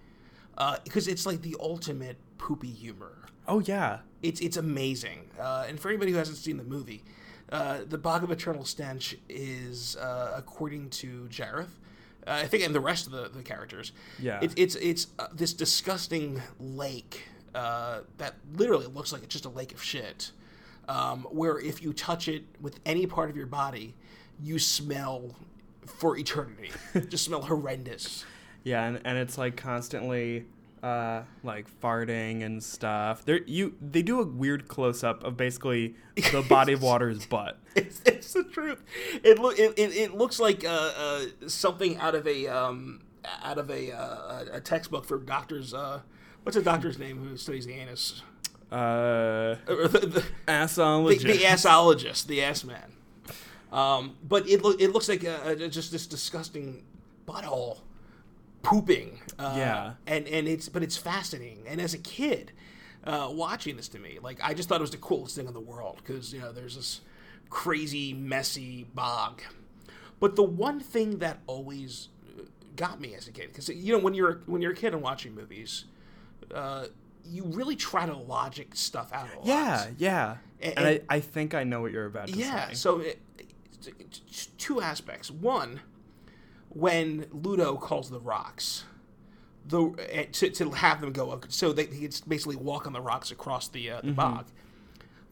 S3: because it's like the ultimate poopy humor.
S1: oh yeah.
S3: It's it's amazing. Uh, and for anybody who hasn't seen the movie, uh, the Bog of Eternal Stench is, uh, according to Jareth, uh, I think, and the rest of the, the characters.
S1: Yeah.
S3: It's it's it's uh, this disgusting lake uh, that literally looks like it's just a lake of shit. Um, where if you touch it with any part of your body, you smell for eternity. just smell horrendous.
S1: Yeah, and, and it's like constantly uh, like farting and stuff. They you they do a weird close up of basically the body of water's butt.
S3: It's, it's the truth. It look it, it, it looks like uh, uh, something out of a um, out of a uh, a textbook for doctors. Uh, what's a doctor's name who studies the anus?
S1: Uh,
S3: Or the, the, the,
S1: assologist.
S3: the assologist, the ass man. Um, but it look it looks like uh, uh, just this disgusting butthole pooping. Uh,
S1: Yeah.
S3: and and it's but it's fascinating. And as a kid, uh, watching this to me, like I just thought it was the coolest thing in the world because you know there's this crazy messy bog. But the one thing that always uh, got me as a kid, because you know when you're when you're a kid and watching movies, uh, you really try to logic stuff out. A lot.
S1: Yeah, yeah.
S3: A-
S1: And,
S3: and-
S1: I, I think I know what you're about to
S3: Yeah.
S1: say.
S3: So it, it- it's two aspects. One, when Ludo calls the rocks, the eh, to, to have them go so they he could basically walk on the rocks across the uh, the bog.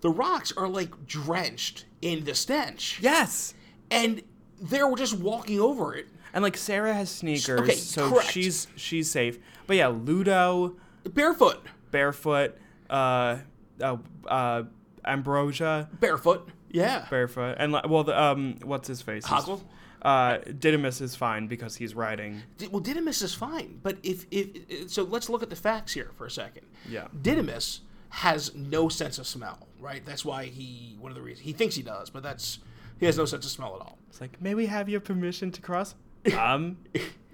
S3: The rocks are like drenched in the stench,
S1: Yes.
S3: and they're just walking over it.
S1: And like Sarah has sneakers,
S3: okay,
S1: so
S3: correct.
S1: she's she's safe. But yeah, Ludo,
S3: Barefoot,
S1: barefoot, uh, uh, uh Ambrosia,
S3: barefoot, yeah.
S1: barefoot, and like, well, the, um, what's his face? He's-
S3: Hoggle?
S1: Uh, Didymus is fine because he's riding.
S3: Di- well, Didymus is fine, but if, if if- so, let's look at the facts here for a second.
S1: Yeah.
S3: Didymus has no sense of smell, right? That's why he one of the reasons he thinks he does, but that's he has no sense of smell at all.
S1: It's like, may we have your permission to cross? Um,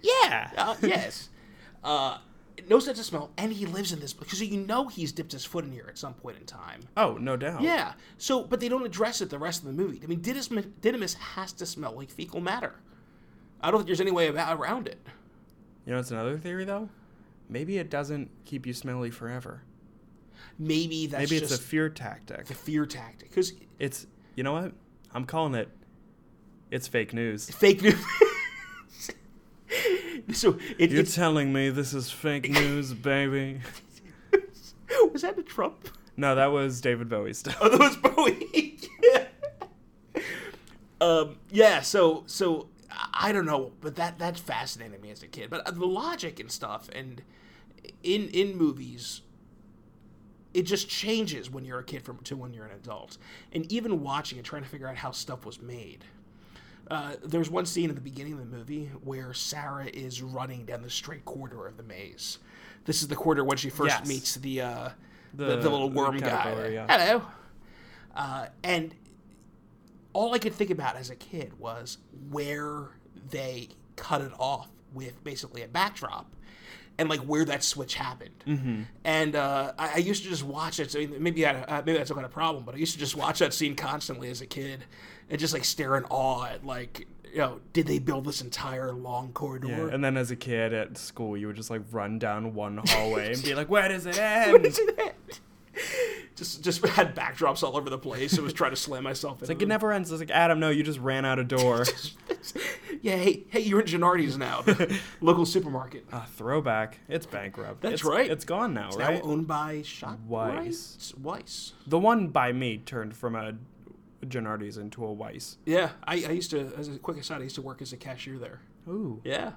S1: yeah.
S3: Uh, yes, uh, no sense of smell, and he lives in this because you know he's dipped his foot in here at some point in time.
S1: Oh, no doubt.
S3: Yeah. So, but they don't address it the rest of the movie. I mean, Didymus, Didymus has to smell like fecal matter. I don't think there's any way about, around it.
S1: You know, it's another theory though. Maybe it doesn't keep you smelly forever.
S3: Maybe that's
S1: Maybe
S3: just
S1: it's a fear tactic.
S3: the fear tactic because
S1: It's you know what? I'm calling it. It's fake news.
S3: fake news. so it,
S1: You're
S3: it's
S1: telling me this is fake news, baby?
S3: was that a Trump?
S1: No, that was David Bowie stuff.
S3: Oh, that was Bowie. um, yeah. So so I I don't know, but that that fascinated me as a kid. But uh, the logic and stuff, and in in movies. It just changes when you're a kid from to when you're an adult, and even watching and trying to figure out how stuff was made. Uh, there's one scene at the beginning of the movie where Sarah is running down the straight corridor of the maze. This is the corridor when she first
S1: Yes.
S3: meets the, uh, the,
S1: The-
S3: the little
S1: the
S3: worm guy.
S1: caterpillar, yeah.
S3: Hello. Uh, and all I could think about as a kid was where they cut it off with basically a backdrop and like where that switch happened.
S1: Mm-hmm.
S3: And uh, I, I used to just watch it. So I mean, maybe I, uh, maybe that's not a problem, but I used to just watch that scene constantly as a kid and just like stare in awe at like you know did they build this entire long corridor?
S1: Yeah, and then as a kid at school, you would just like run down one hallway and be like, "Where does it end?" It's
S3: Just just had backdrops all over the place. and was trying to slam myself. It's
S1: like it never ends. It's like Adam, no, you just ran out a door.
S3: Yeah, hey, hey, you're in Gennardi's now, the local supermarket.
S1: Ah, throwback. It's bankrupt.
S3: That's
S1: It's-
S3: right.
S1: It's gone now,
S3: Now
S1: right?
S3: owned by Shop
S1: Weiss.
S3: Weiss.
S1: the one by me turned from a Gennardi's into a Weiss.
S3: Yeah, I, I used to, as a quick aside, I used to work as a cashier there.
S1: Ooh,
S3: Yeah.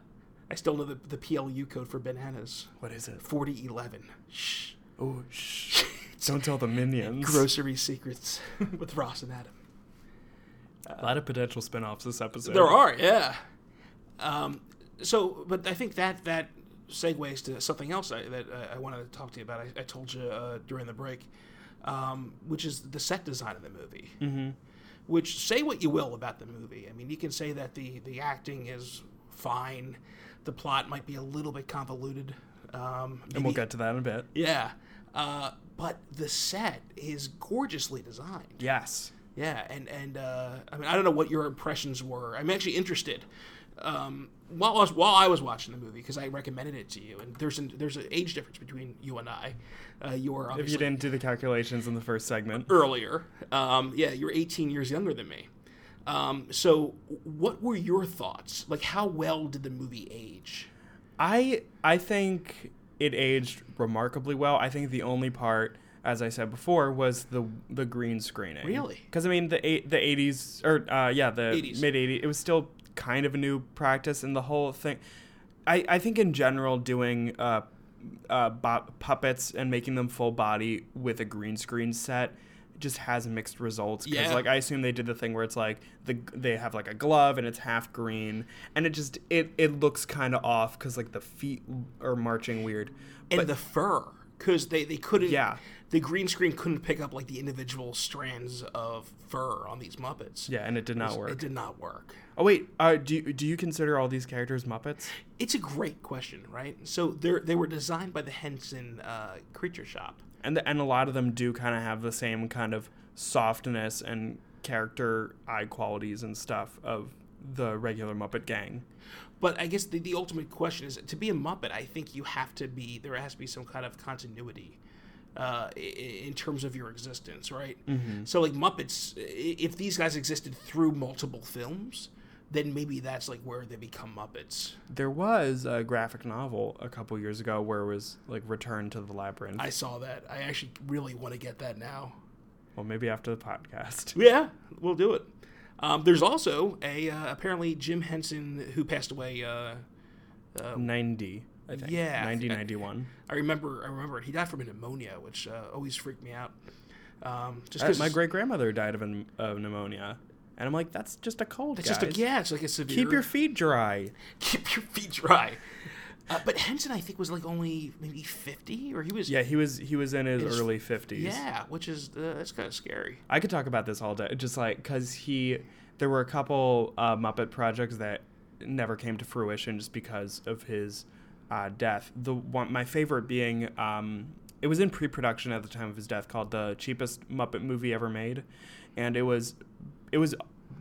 S3: I still know the, the PLU code for bananas
S1: what is it?
S3: 4011. Shh.
S1: Ooh, shh. Don't tell the minions.
S3: Grocery Secrets with Ross and Adam.
S1: A lot of potential spin-offs this episode.
S3: There are, yeah. Um, so, but I think that that segues to something else I, that uh, I wanted to talk to you about. I, I told you uh, during the break, um, which is the set design of the movie. Mm-hmm. Which say what you will about the movie. I mean, you can say that the the acting is fine, the plot might be a little bit convoluted. Um,
S1: and
S3: maybe-
S1: we'll get to that in a bit.
S3: yeah. Uh, but the set is gorgeously designed.
S1: Yes.
S3: Yeah, and and uh, I mean, I don't know what your impressions were. I'm actually interested. Um, while I was while I was watching the movie, because I recommended it to you, and there's an there's an age difference between you and I. Uh, you were
S1: If you
S3: obviously
S1: didn't do the calculations in the first segment,
S3: earlier. Um, yeah, you're 18 years younger than me. Um, so, what were your thoughts? Like, how well did the movie age?
S1: I I think it aged remarkably well. I think the only part, as I said before, was the the green screening.
S3: Really?
S1: Because I mean the eight, the eighties or uh, yeah the
S3: 80s.
S1: mid eighties it was still kind of a new practice and the whole thing. I I think in general doing uh, uh, bo- puppets and making them full body with a green screen set just has mixed results because
S3: Yeah.
S1: like I assume they did the thing where it's like the they have like a glove and it's half green and it just it it looks kind of off because like the feet are marching weird.
S3: And the fur, because they they couldn't.
S1: Yeah.
S3: The green screen couldn't pick up like the individual strands of fur on these Muppets.
S1: Yeah, and it did not
S3: It
S1: work.
S3: did not work.
S1: Oh wait, uh, do you, do you consider all these characters Muppets?
S3: It's a great question, right? So they are they were designed by the Henson uh, Creature Shop.
S1: And the, and a lot of them do kind of have the same kind of softness and character eye qualities and stuff of the regular Muppet gang.
S3: But I guess the, the ultimate question is to be a Muppet. I think you have to be there has to be some kind of continuity uh, i- i- in terms of your existence, right? So like Muppets, i- if these guys existed through multiple films, then maybe that's like where they become Muppets.
S1: There was a graphic novel a couple years ago where it was like Return to the Labyrinth.
S3: I saw that. I actually really want to get that now.
S1: well, maybe after the podcast.
S3: Yeah, we'll do it. Um, there's also a uh, apparently Jim Henson who passed away. Uh,
S1: 90, I think.
S3: Yeah, I
S1: ninety
S3: think-
S1: ninety one.
S3: I remember, I remember he died from pneumonia, which uh, always freaked me out. Um, just
S1: 'Cause
S3: because
S1: My great grandmother died of, an, of pneumonia. And I'm like, that's just a cold,
S3: just a,
S1: guys.
S3: yeah, it's like a severe.
S1: Keep your feet dry.
S3: keep your feet dry. Uh, but Henson, I think, was like only maybe fifty, or he was
S1: Yeah, he was he was in his
S3: His-
S1: early 50s.
S3: yeah, which is uh, that's kind of scary.
S1: I could talk about this all day, just like because he, there were a couple uh, Muppet projects that never came to fruition just because of his uh, death. The one, my favorite being, um, it was in pre-production at the time of his death, called the cheapest Muppet movie ever made, and it was, it was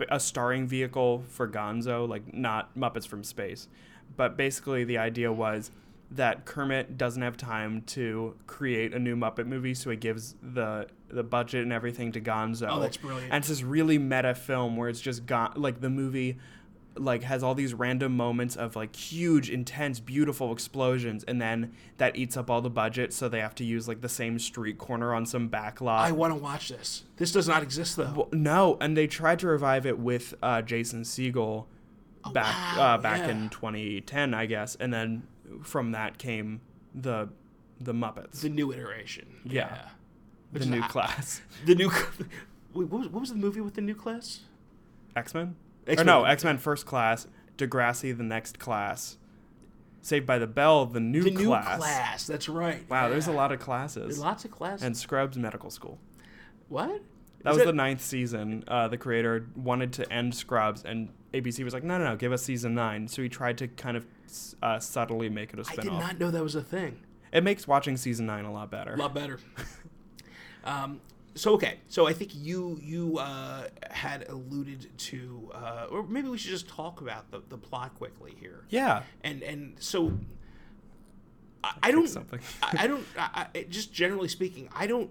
S1: a starring vehicle for Gonzo, like not Muppets from Space, but basically the idea was that Kermit doesn't have time to create a new Muppet movie, so he gives the the budget and everything to Gonzo.
S3: Oh, that's brilliant.
S1: And it's this really meta film where it's just got like the movie like has all these random moments of like huge intense beautiful explosions and then that eats up all the budget so they have to use like the same street corner on some back lot
S3: I want to watch this. This does not exist though.
S1: well, no, and they tried to revive it with uh, Jason Segel back
S3: Oh, wow,
S1: uh, back
S3: yeah.
S1: in 2010, I guess, and then from that came the the Muppets,
S3: the
S1: the,
S3: new iteration.
S1: Yeah.
S3: Which is-
S1: new
S3: I-
S1: class,
S3: The new. Wait, what was, what was the movie with the new class?
S1: X Men. Or
S3: X-Men.
S1: no, X Men First Class, Degrassi the next class, Saved by the Bell the new
S3: The new
S1: class.
S3: class. That's right.
S1: Wow, there's a
S3: yeah.
S1: lot of classes.
S3: There's lots of classes.
S1: and Scrubs Medical School.
S3: what?
S1: That
S3: Is
S1: was
S3: it-
S1: the ninth season. Uh, the creator wanted to end Scrubs, and ABC was like, no, no, no, give us season nine. So he tried to kind of s- uh, subtly make it a
S3: I did
S1: spinoff.
S3: not know that was a thing.
S1: It makes watching season nine a lot better.
S3: A lot better. um, so okay, so I think you you uh, had alluded to, uh, or maybe we should just talk about the, the plot quickly here.
S1: yeah.
S3: And and so I, I don't
S1: something.
S3: I, I don't I, I, just generally speaking I don't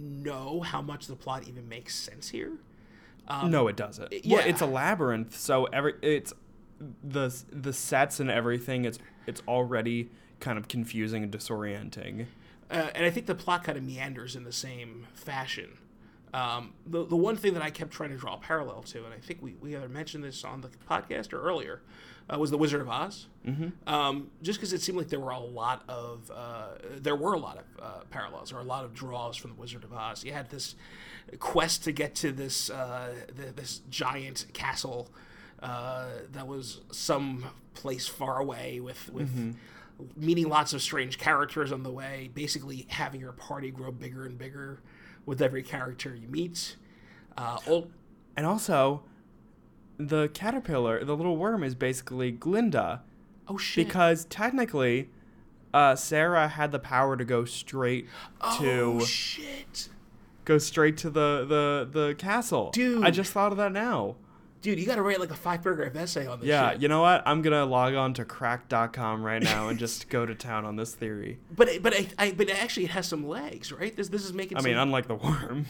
S3: know how much the plot even makes sense here.
S1: no, it doesn't.
S3: Um, yeah.
S1: Well, it's a labyrinth, so every it's the the sets and everything. It's it's already kind of confusing and disorienting.
S3: uh, and I think the plot kind of meanders in the same fashion. Um, the, the one thing that I kept trying to draw a parallel to, and I think we, we either mentioned this on the podcast or earlier, uh, was the Wizard of Oz. Mm-hmm. Um, just because it seemed like there were a lot of uh, there were a lot of uh, parallels or a lot of draws from the Wizard of Oz. You had this quest to get to this uh, th- this giant castle uh, that was some place far away with with
S1: Mm-hmm.
S3: meeting lots of strange characters on the way, basically having your party grow bigger and bigger with every character you meet. Uh, old,
S1: And also, the caterpillar, the little worm, is basically Glinda.
S3: oh shit!
S1: because technically uh, Sarah had the power to go straight
S3: oh
S1: to
S3: shit,
S1: go straight to the, the the castle.
S3: Dude.
S1: I just thought of that now.
S3: dude, you got to write like a five paragraph essay on this.
S1: Yeah,
S3: shit.
S1: you know what? I'm gonna log on to crack.com right now and just go to town on this theory.
S3: but but I, I but actually it has some legs, right? This this is making.
S1: I
S3: some,
S1: mean, unlike the worm.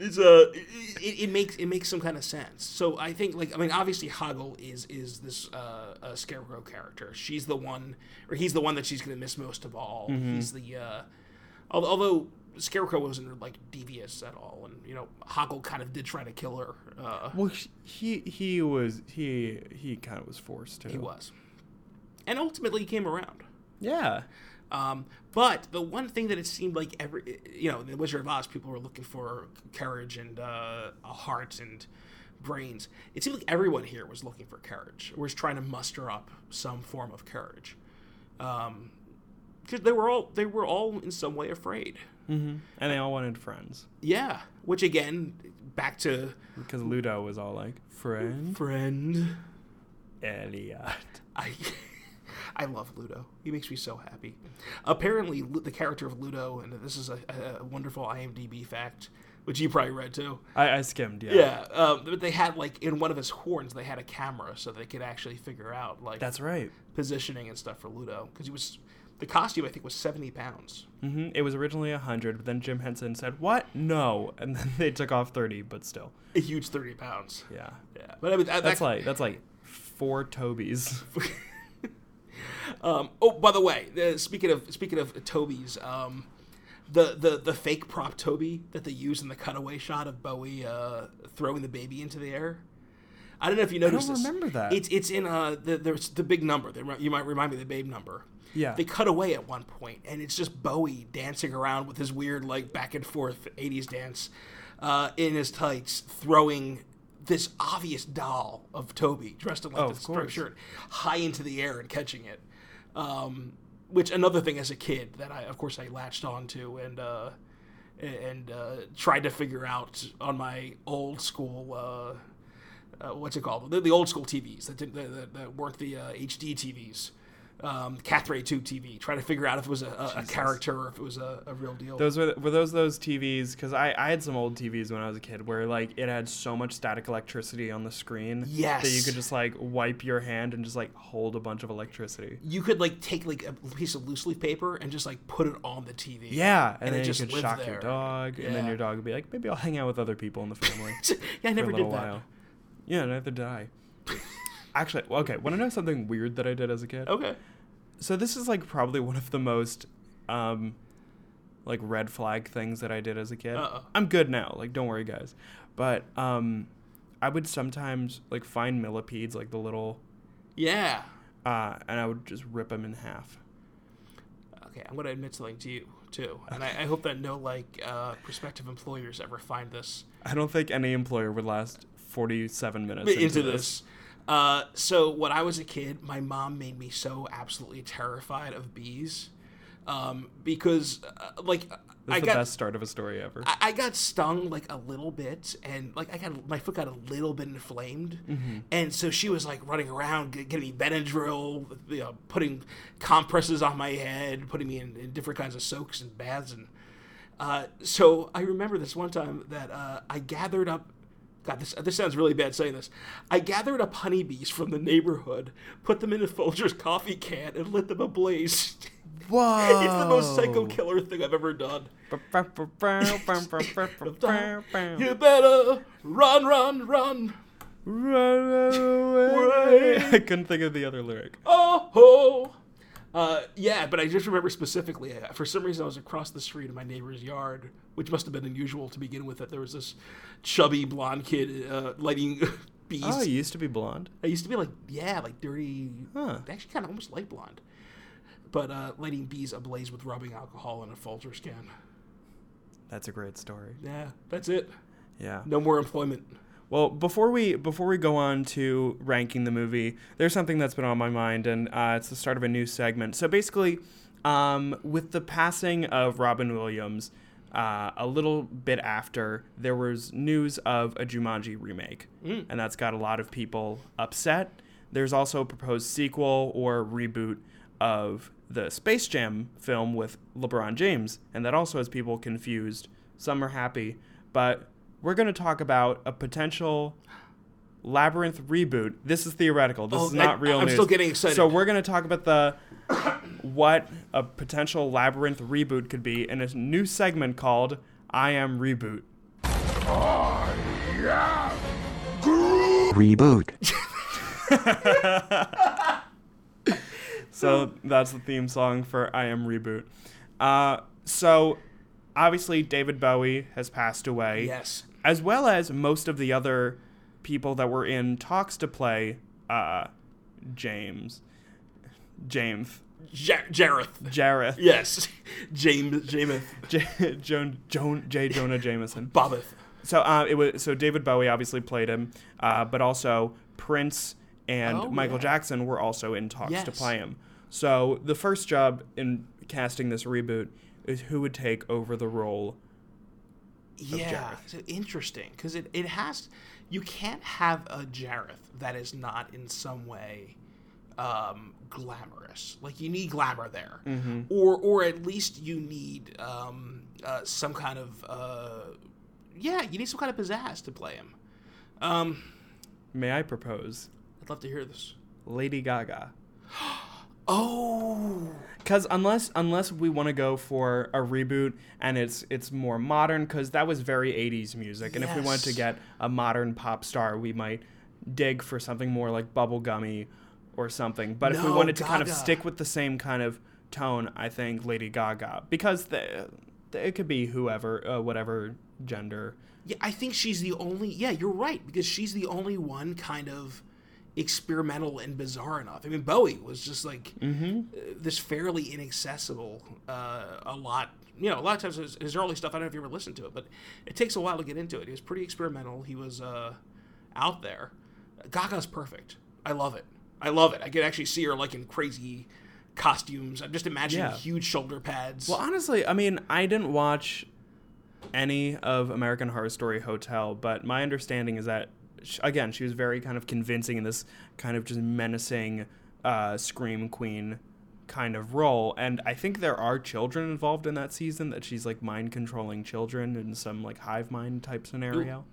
S3: it's a it, it makes it makes some kind of sense. So I think like I mean obviously Hoggle is is this uh, uh scarecrow character. She's the one or he's the one that she's gonna miss most of all. He's the uh al- although scarecrow wasn't like devious at all, and you know Hoggle kind of did try to kill her. Uh,
S1: Well, sh- he he was he he kind of was forced to.
S3: he was, and ultimately he came around.
S1: Yeah.
S3: Um, but the one thing that it seemed like every, you know, in the Wizard of Oz, people were looking for courage and uh, a heart and brains. It seemed like everyone here was looking for courage, was trying to muster up some form of courage, Um 'cause because they were all they were all in some way afraid.
S1: And they all wanted friends
S3: Yeah, which again, back to
S1: because Ludo was all like friend
S3: friend.
S1: Elliot.
S3: I I love Ludo. He makes me so happy. Apparently, Lu- the character of Ludo, and this is a, a wonderful IMDb fact, which you probably read too.
S1: I, I skimmed. Yeah.
S3: Yeah, um, but they had like in one of his horns, they had a camera so they could actually figure out like
S1: That's right.
S3: positioning and stuff for Ludo because he was the costume I think was seventy pounds.
S1: hmm It was originally 100, but then Jim Henson said, What? No. And then they took off 30, but still.
S3: A huge thirty pounds.
S1: Yeah.
S3: Yeah, but I mean that,
S1: That's
S3: that,
S1: like that's like four Tobys.
S3: Um, oh, by the way, uh, speaking of speaking of Toby's, um, the, the the fake prop Toby that they used in the cutaway shot of Bowie uh, throwing the baby into the air. I don't know if you noticed. this.
S1: remember that.
S3: It's it's in uh the there's the big number. They, re- you might remind me of the babe number.
S1: Yeah.
S3: They cut away at one point, and it's just Bowie dancing around with his weird like back and forth '80s dance uh, in his tights, throwing this obvious doll of Toby dressed in like
S1: Oh,
S3: this
S1: of course.
S3: shirt high into the air and catching it. Um, which another thing as a kid that I, of course, I latched onto and uh, and uh, tried to figure out on my old school. Uh, uh, what's it called? The, the old school TVs that didn't that, that, that weren't the uh, HD TVs, um, Cath Ray tube TV. Try to figure out if it was a, a, a character or if it was a, a real deal.
S1: Those were were those those TVs because I I had some old TVs when I was a kid where like it had so much static electricity on the screen that you
S3: Yes.
S1: could just like wipe your hand and just like hold a bunch of electricity.
S3: you could like take like a piece of loose leaf paper and just like put it on the TV.
S1: Yeah, and,
S3: And it
S1: then
S3: just
S1: you could
S3: lived
S1: shock
S3: there.
S1: your dog, and then
S3: Yeah.
S1: your dog would be like, maybe I'll hang out with other people in the family.
S3: yeah, I
S1: for
S3: never
S1: a
S3: did
S1: little
S3: that.
S1: while. Yeah, neither did I. Actually, well, okay. Want to know something weird that I did as a kid?
S3: Okay.
S1: So this is like probably one of the most, um, like red flag things that I did as a kid.
S3: Uh-oh.
S1: I'm good now. Like, don't worry, guys. But um, I would sometimes like find millipedes, like the little,
S3: Yeah.
S1: uh, and I would just rip them in half.
S3: Okay, I'm gonna admit something to you too, and I, I hope that no like uh, prospective employers ever find this
S1: I don't think any employer would last 47 minutes
S3: into, this. Uh, so when I was a kid, my mom made me so absolutely terrified of bees, um, because uh, like
S1: That's
S3: I
S1: the
S3: got-
S1: best start of a story ever.
S3: I, I got stung like a little bit, and like I got my foot got a little bit inflamed, and so she was like running around, g- getting me Benadryl, you know, putting compresses on my head, putting me in, in different kinds of soaks and baths, and uh, so I remember this one time that uh, I gathered up. God, this this sounds really bad saying this. I gathered up honeybees from the neighborhood, put them in a Folgers coffee can, and lit them ablaze.
S1: Whoa!
S3: it's the most psycho killer thing I've ever done. You better run, run, run.
S1: I couldn't think of the other lyric.
S3: Oh, ho. Uh, yeah, but I just remember specifically, uh, for some reason, I was across the street in my neighbor's yard, which must have been unusual to begin with, that there was this chubby blonde kid uh, lighting bees.
S1: Oh, you used to be blonde.
S3: I used to be like, yeah, like dirty.
S1: Huh.
S3: Actually, kind of almost light blonde. But uh, lighting bees ablaze with rubbing alcohol in a Folgers can.
S1: That's a great story.
S3: Yeah, that's it.
S1: Yeah.
S3: No more employment.
S1: Well, before we before we go on to ranking the movie, there's something that's been on my mind, and uh, it's the start of a new segment. So basically, um, with the passing of Robin Williams, uh, a little bit after there was news of a Jumanji remake, and that's got a lot of people upset. There's also a proposed sequel or reboot of the Space Jam film with LeBron James, and that also has people confused. Some are happy, but we're going to talk about a potential labyrinth reboot. This is theoretical. This
S3: Oh,
S1: is not
S3: I-
S1: real
S3: I'm
S1: news.
S3: still getting excited.
S1: So we're going to talk about the what a potential labyrinth reboot could be in a new segment called "I Am Reboot."
S2: Reboot.
S1: So
S3: Hmm.
S1: that's the theme song for I Am Reboot. Uh, so obviously, David Bowie has passed away.
S3: Yes.
S1: As well as most of the other people that were in talks to play uh, James. James.
S3: Ja- Jareth.
S1: Jareth.
S3: Yes. James, Jameth,
S1: J- Joan, Joan, J. Jonah Jameson.
S3: Bobbeth.
S1: So uh, it was so David Bowie obviously played him, uh, but also Prince and
S3: Oh,
S1: Michael
S3: yeah.
S1: Jackson were also in talks to
S3: Yes.
S1: play him. So the first job in casting this reboot is who would take over the role.
S3: Yeah,
S1: Jareth.
S3: so interesting because it, it has you can't have a Jareth that is not in some way um, glamorous. Like you need glamour there, or or at least you need um, uh, some kind of uh, yeah, you need some kind of pizzazz to play him. Um,
S1: May I propose
S3: I'd love to hear this.
S1: Lady Gaga?
S3: Oh,
S1: Because unless unless we want to go for a reboot and it's it's more modern, because that was very '80s music, and if we wanted to
S3: Yes.
S1: get a modern pop star, we might dig for something more like bubblegummy or something. But if we
S3: No,
S1: wanted to kind of
S3: Gaga.
S1: stick with the same kind of tone, I think Lady Gaga, because the, the, it could be whoever, uh, whatever gender.
S3: Yeah, I think she's the only. Yeah, you're right because she's the only one kind of experimental and bizarre enough. I mean, Bowie was just like
S1: Mm-hmm.
S3: uh, this fairly inaccessible. Uh, a lot, you know, a lot of times his, his early stuff. I don't know if you ever listened to it, but it takes a while to get into it. He was pretty experimental. He was uh, out there. Gaga's perfect. I love it. I love it. I could actually see her like in crazy costumes. I'm just imagining
S1: Yeah.
S3: huge shoulder pads.
S1: Well, honestly, I mean, I didn't watch any of American Horror Story Hotel, but my understanding is that, sh again, she was very kind of convincing in this kind of just menacing uh, scream queen kind of role. And I think there are children involved in that season, that she's like mind controlling children in some like hive mind type scenario,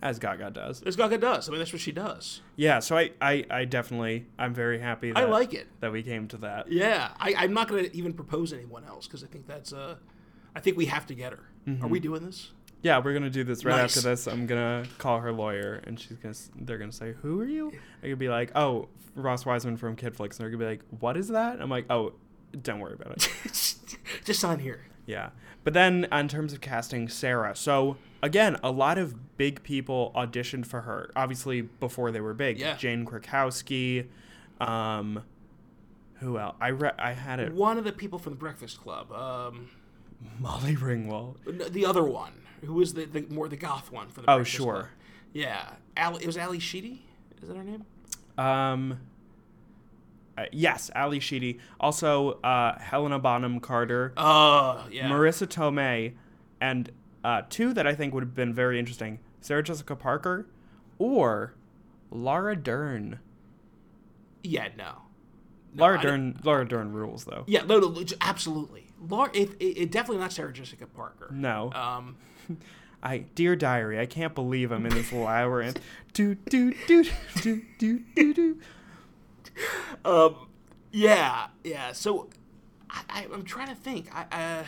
S1: as Gaga does.
S3: as Gaga does. I mean, that's what she does.
S1: Yeah, so I, I, I definitely, I'm very happy that,
S3: I like it.
S1: that we came to that.
S3: Yeah, I, I'm not going to even propose anyone else because I think that's uh, I think we have to get her.
S1: Mm-hmm.
S3: Are we doing this?
S1: Yeah, we're gonna do this right
S3: Nice.
S1: after this. I'm gonna call her lawyer, and she's gonna. s- They're gonna say, "Who are you?" I could be like, "Oh, Ross Wiseman from Kid Flicks," and they're gonna be like, "What is that?" And I'm like, "Oh, don't worry about it."
S3: Just sign here.
S1: yeah, but then in terms of casting Sarah, so again, a lot of big people auditioned for her. Obviously, before they were big,
S3: Yeah.
S1: Jane Krakowski, um, who else? I re- I had it.
S3: One of the people from the Breakfast Club, um,
S1: Molly Ringwald.
S3: n- the other one who was the, the more the goth one for the.
S1: Oh,
S3: Breakfast
S1: sure.
S3: Club. Yeah, Al, it was Ali Sheedy. Is that her name?
S1: Um, uh, yes, Ali Sheedy. Also, uh, Helena Bonham Carter,
S3: Oh, yeah.
S1: Marissa Tomei, and uh, two that I think would have been very interesting: Sarah Jessica Parker or Laura Dern.
S3: yeah, no.
S1: Laura
S3: I don't-
S1: Dern. Laura Dern rules, though.
S3: Yeah, no, no, j- absolutely. Laura, if, it, it definitely not Sarah Jessica Parker.
S1: No,
S3: Um,
S1: I dear diary, I can't believe I'm in this labyrinth. do do do do do do do.
S3: um, yeah, yeah. So, I, I, I'm trying to think. I, uh,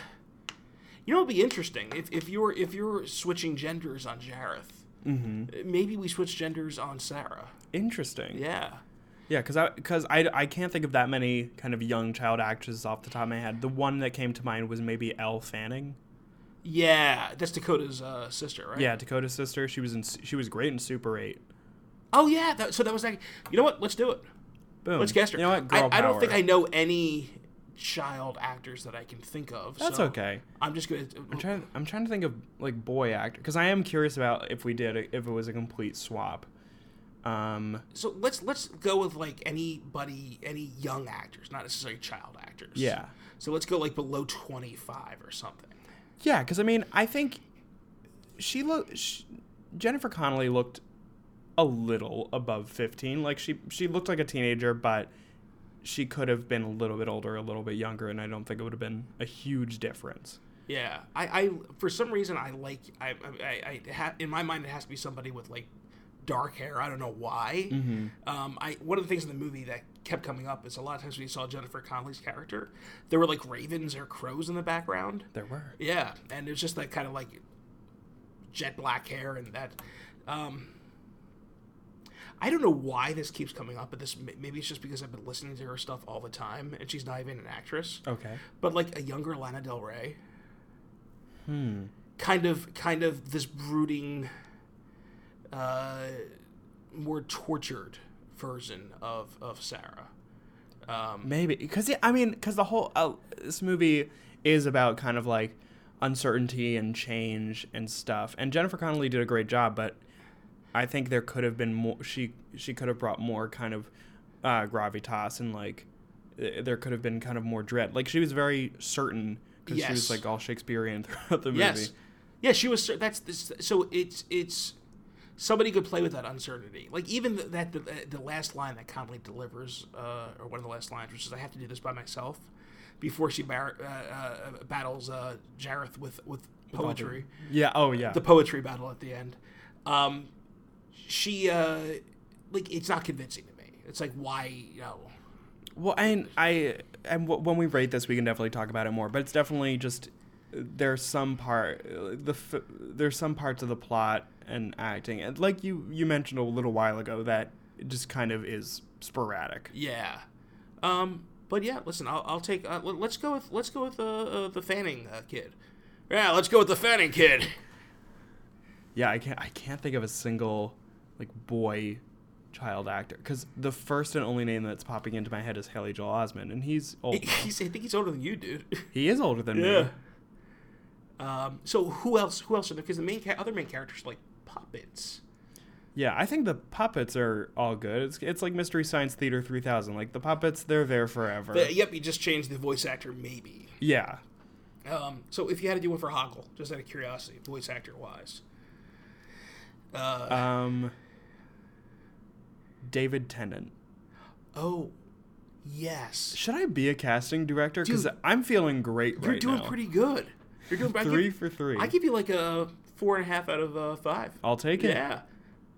S3: you know, it'd be interesting if, if you're if you're switching genders on Jareth. Mm-hmm. Maybe we switch genders on Sarah.
S1: Interesting.
S3: Yeah.
S1: Yeah, because I because I, I can't think of that many kind of young child actresses off the top of my head. The one that came to mind was maybe Elle Fanning.
S3: Yeah, that's Dakota's uh, sister, right?
S1: Yeah, Dakota's sister. She was in she was great in Super Eight.
S3: Oh yeah. That, so that was like, you know what? Let's do it.
S1: Boom.
S3: Let's guest her.
S1: Oh, You know what? Girl
S3: I, I don't
S1: power.
S3: think I know any child actors that I can think of.
S1: That's
S3: so
S1: okay.
S3: I'm just gonna.
S1: I'm trying. I'm trying to think of like boy actor because I am curious about if we did a- if it was a complete swap. Um.
S3: So let's let's go with like anybody, any young actors, not necessarily child actors.
S1: Yeah.
S3: So let's go like below 25 or something.
S1: Yeah, because I mean, I think she looked. Jennifer Connelly looked a little above fifteen. Like she she looked like a teenager, but she could have been a little bit older, a little bit younger, and I don't think it would have been a huge difference.
S3: Yeah. I, I for some reason I like I I, I ha, in my mind it has to be somebody with like dark hair. I don't know why. Um, I one of the things in the movie that kept coming up is a lot of times when you saw Jennifer Connelly's character, there were like ravens or crows in the background.
S1: There were.
S3: Yeah, and it's just that kind of like jet black hair and that. Um, I don't know why this keeps coming up, but this m- maybe it's just because I've been listening to her stuff all the time, and she's not even an actress,
S1: Okay.
S3: but like a younger Lana Del Rey. Hmm. Kind of, kind of this brooding, uh, more tortured version of of Sarah.
S1: Maybe because yeah, I mean, because the whole uh, this movie is about kind of like uncertainty and change and stuff. And Jennifer Connelly did a great job, but I think there could have been more. She she could have brought more kind of uh, gravitas and like th- there could have been kind of more dread. Like she was very certain because she was
S3: Yes.
S1: like all Shakespearean throughout the movie.
S3: Yes. Yeah, she was. cer- That's this. So it's it's somebody could play with that uncertainty. Like even th- that the, the last line that Connelly delivers, uh, or one of the last lines, which is "I have to do this by myself," before she bar- uh, uh, battles uh, Jareth with with poetry,
S1: Yeah. Oh yeah.
S3: the poetry battle at the end. Um, she uh, like it's not convincing to me. It's like why you know.
S1: Well, and I and w- when we rate this, we can definitely talk about it more. But it's definitely just there's some part the f- there's some parts of the plot and acting, and like you you mentioned a little while ago, that it just kind of is sporadic.
S3: Yeah. Um, but yeah, listen, I'll, I'll take. Uh, let- let's go with let's go with uh, uh, the Fanning uh, kid. Yeah, let's go with the Fanning kid.
S1: Yeah, I can't I can't think of a single like boy child actor because the first and only name that's popping into my head is Haley Joel Osment, and he's old.
S3: He's, I think he's older than you, dude.
S1: he is older than me.
S3: Um, so who else? Who else? Because the main ca- other main characters are like puppets.
S1: Yeah, I think the puppets are all good. It's it's like Mystery Science Theater 3000. Like the puppets, they're there forever.
S3: But, yep, you just changed the voice actor, maybe.
S1: Yeah.
S3: Um, so if you had to do one for Hoggle, just out of curiosity, voice actor wise. Uh,
S1: Um David Tennant.
S3: oh, yes,
S1: Should I be a casting director cuz
S3: Dude,
S1: I'm feeling great
S3: you're
S1: right
S3: doing
S1: now.
S3: pretty good. You're doing I give-
S1: 3 for 3.
S3: I give you like a four and a half out of uh, five.
S1: I'll take it.
S3: Yeah,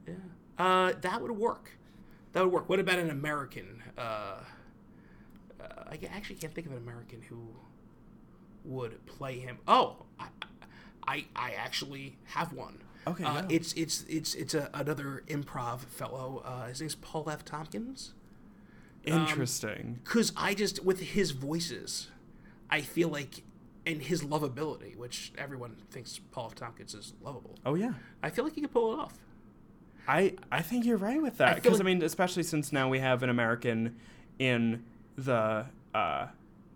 S3: yeah. Uh, that would work. That would work. What about an American? Uh, uh, I ca- actually can't think of an American who would play him. Oh, I, I, I actually have one.
S1: Okay,
S3: Uh,
S1: no.
S3: It's it's it's it's a, another improv fellow. Uh, his name's Paul F. Tompkins. um,
S1: Interesting.
S3: Cause I just with his voices, I feel like, and his lovability, which everyone thinks Paul F. Tompkins is lovable.
S1: oh yeah.
S3: I feel like he could pull it off.
S1: I I think you're right with that
S3: feel
S1: cuz I
S3: like-
S1: mean especially since now we have an American in the uh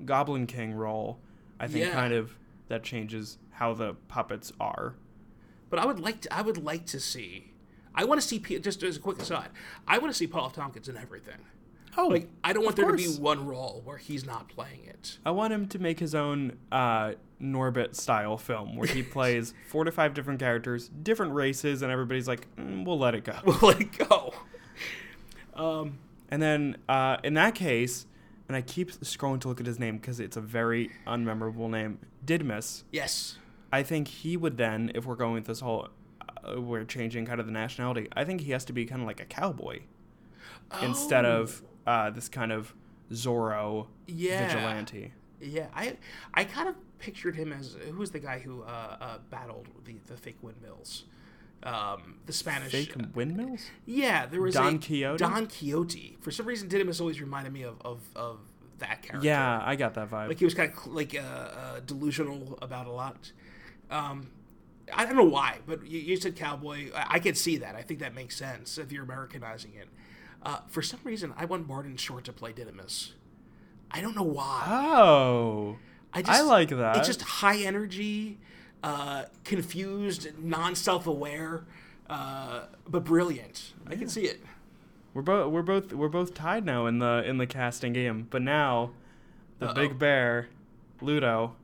S1: Goblin King role. I think
S3: Yeah.
S1: kind of that changes how the puppets are.
S3: But I would like to. I would like to see. I want to see. P- Just as a quick aside, I want to see Paul F. Tompkins in everything.
S1: Oh,
S3: Like I don't want
S1: Of
S3: there to be
S1: course.
S3: one role where he's not playing it.
S1: I want him to make his own uh, Norbit style film where he plays four to five different characters, different races, and everybody's like, mm, we'll let it go.
S3: like oh, go. Um,
S1: And then uh, in that case, and I keep scrolling to look at his name because it's a very unmemorable name, Didmus.
S3: yes.
S1: I think he would then, if we're going with this whole, uh, we're changing kind of the nationality. I think he has to be kind of like a cowboy instead of uh, this kind of Zorro
S3: Yeah.
S1: vigilante.
S3: Yeah, I I kind of pictured him as who was the guy who uh, uh, battled the the fake windmills, um, the Spanish.
S1: Fake windmills?
S3: Yeah, there was
S1: Don
S3: a,
S1: Quixote?
S3: Don Quixote. For some reason, Didymus always reminded me of of, of that character.
S1: Yeah, I got that vibe.
S3: like he was kind of like uh, uh, delusional about a lot. Um, I don't know why, but you, you said cowboy. I, I could see that. I think that makes sense if you're Americanizing it. Uh, for some reason, I want Martin Short to play Didymus. I don't know why.
S1: oh.
S3: I
S1: I like that.
S3: It's just high energy, uh, confused, non self aware, uh, but brilliant. I can see it.
S1: We're both we're both we're both tied now in the in the casting game. But now, the big bear, Ludo,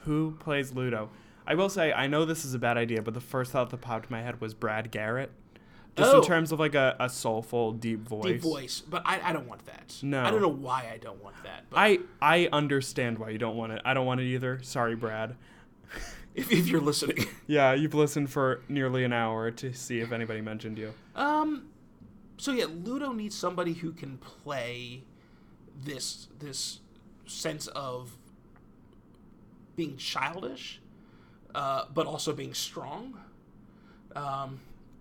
S1: who plays Ludo? I will say I know this is a bad idea, but the first thought that popped in my head was Brad Garrett, just
S3: Oh.
S1: in terms of like a, a soulful deep voice.
S3: Deep voice, but I, I don't want that.
S1: No.
S3: I don't know why I don't want that. But
S1: I I understand why you don't want it. I don't want it either. Sorry, Brad.
S3: if, if you're listening,
S1: Yeah, you've listened for nearly an hour to see if anybody mentioned you.
S3: um, so yeah, Ludo needs somebody who can play this this sense of being childish, uh, but also being strong. Um,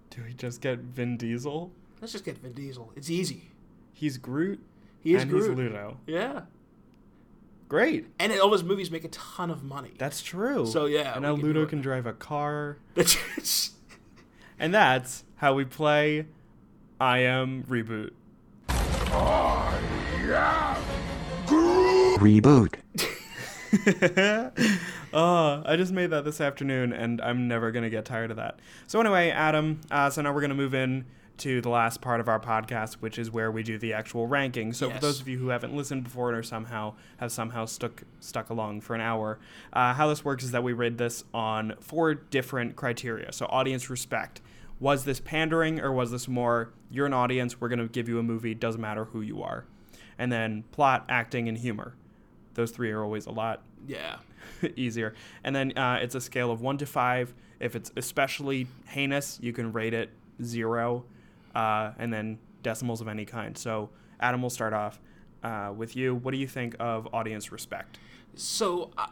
S1: Do we just get Vin Diesel?
S3: let's just get Vin Diesel. It's easy.
S1: He's Groot
S3: He is
S1: and
S3: Groot.
S1: he's Ludo.
S3: Yeah.
S1: Great.
S3: And all those movies make a ton of money.
S1: That's true.
S3: So, yeah,
S1: and
S3: we
S1: now
S3: can do
S1: Ludo
S3: it.
S1: can drive a car,
S3: That's just-
S1: and that's how we play. I am reboot.
S2: Reboot.
S1: Oh, I just made that this afternoon, and I'm never gonna get tired of that. So anyway, Adam. Uh, so now we're gonna move in to the last part of our podcast, which is where we do the actual ranking. So for
S3: Yes.
S1: those of you who haven't listened before and are somehow have somehow stuck stuck along for an hour, uh, how this works is that we read this on four different criteria. So audience respect. Was this pandering or was this more you're an audience, we're gonna give you a movie, doesn't matter who you are. And then plot, acting, and humor. Those three are always a lot
S3: yeah.
S1: easier. And then uh, it's a scale of one to five. If it's especially heinous, you can rate it zero, uh, and then decimals of any kind. So Adam will start off uh, with you. What do you think of audience respect?
S3: So uh,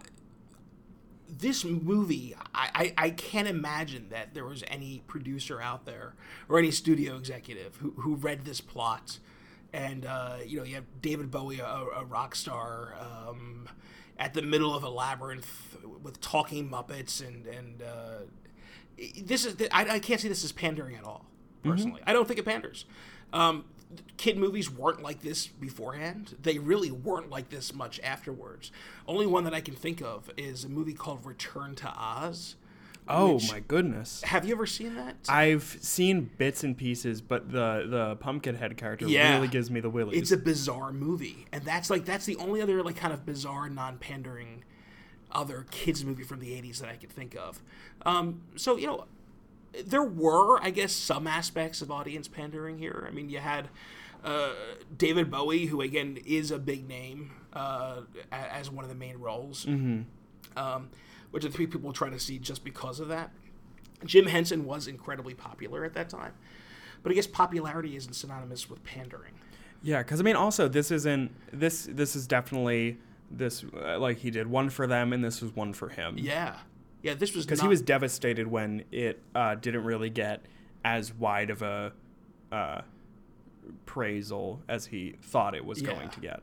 S3: this movie, I, I, I can't imagine that there was any producer out there or any studio executive who, who read this plot. And uh, you know, you have David Bowie, a, a rock star, um, at the middle of a labyrinth with talking Muppets, and and uh, this is I, I can't see this as pandering at all. Personally, I don't think it panders. Um, kid movies weren't like this beforehand. They really weren't like this much afterwards. Only one that I can think of is a movie called Return to Oz.
S1: Oh
S3: which-
S1: my goodness!
S3: Have you ever seen that?
S1: I've seen bits and pieces, but the the Pumpkinhead character
S3: Yeah.
S1: really gives me the willies.
S3: it's a bizarre movie, and that's like that's the only other like kind of bizarre, non-pandering other kids movie from the '80s that I could think of. Um, so you know, there were, I guess, some aspects of audience pandering here. I mean, you had uh, David Bowie, who again is a big name uh, a- as one of the main roles, um, which are three people trying to see just because of that. Jim Henson was incredibly popular at that time, but I guess popularity isn't synonymous with pandering.
S1: Yeah, because I mean, also this isn't this this is definitely this uh, like he did one for them, and this was one for him.
S3: Yeah, yeah. This was
S1: because
S3: not-
S1: he was devastated when it uh, didn't really get as wide of a uh, praisal as he thought it was
S3: Yeah.
S1: going to get.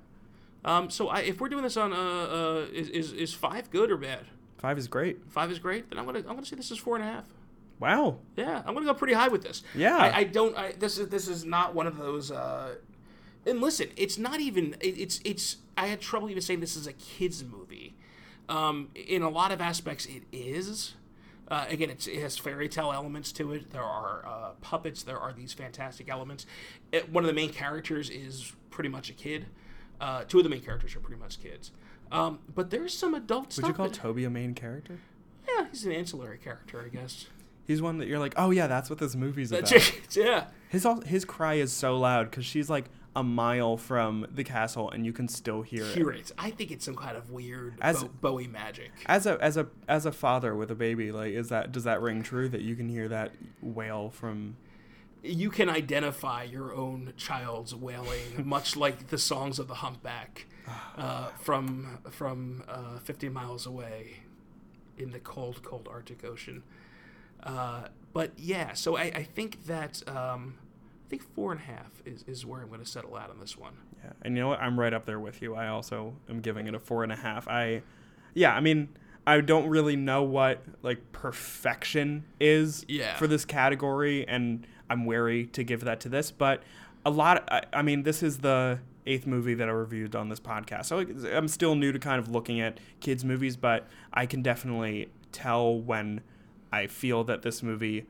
S3: Um, so I, if we're doing this on uh, uh is, is is five good or bad?
S1: Five is great.
S3: Five is great. Then I'm gonna I'm gonna say this is four and a half.
S1: Wow.
S3: Yeah, I'm gonna go pretty high with this.
S1: Yeah.
S3: I, I don't. I, this is this is not one of those. Uh, and listen, it's not even. It, it's it's. I had trouble even saying this is a kids movie. Um, in a lot of aspects, it is. Uh, again, it's, it has fairy tale elements to it. There are uh, puppets. There are these fantastic elements. It, one of the main characters is pretty much a kid. Uh, two of the main characters are pretty much kids. Um, but there's some adult
S1: Would
S3: stuff.
S1: you call
S3: in-
S1: Toby a main character?
S3: yeah, he's an ancillary character, I guess.
S1: He's one that you're like, oh yeah, that's what this movie's
S3: That
S1: about.
S3: chick, yeah.
S1: His al- his cry is so loud because she's like a mile from the castle and you can still hear it.
S3: Hear it. I think it's some kind of weird
S1: As-
S3: Bo- Bowie magic.
S1: As a as a as a father with a baby, like is that does that ring true that you can hear that wail from?
S3: you can identify your own child's wailing, much like the songs of the humpback uh, from from uh, 50 miles away in the cold, cold Arctic Ocean. Uh, but yeah, so I, I think that um, I think four and a half is, is where I'm going to settle out on this one.
S1: Yeah. And you know what? I'm right up there with you. I also am giving it a four and a half. I, yeah, I mean, I don't really know what like perfection is
S3: Yeah.
S1: for this category, and I'm wary to give that to this. But a lot, I, I mean, this is the eighth movie that I reviewed on this podcast, so like, I'm still new to kind of looking at kids movies, but I can definitely tell when I feel that this movie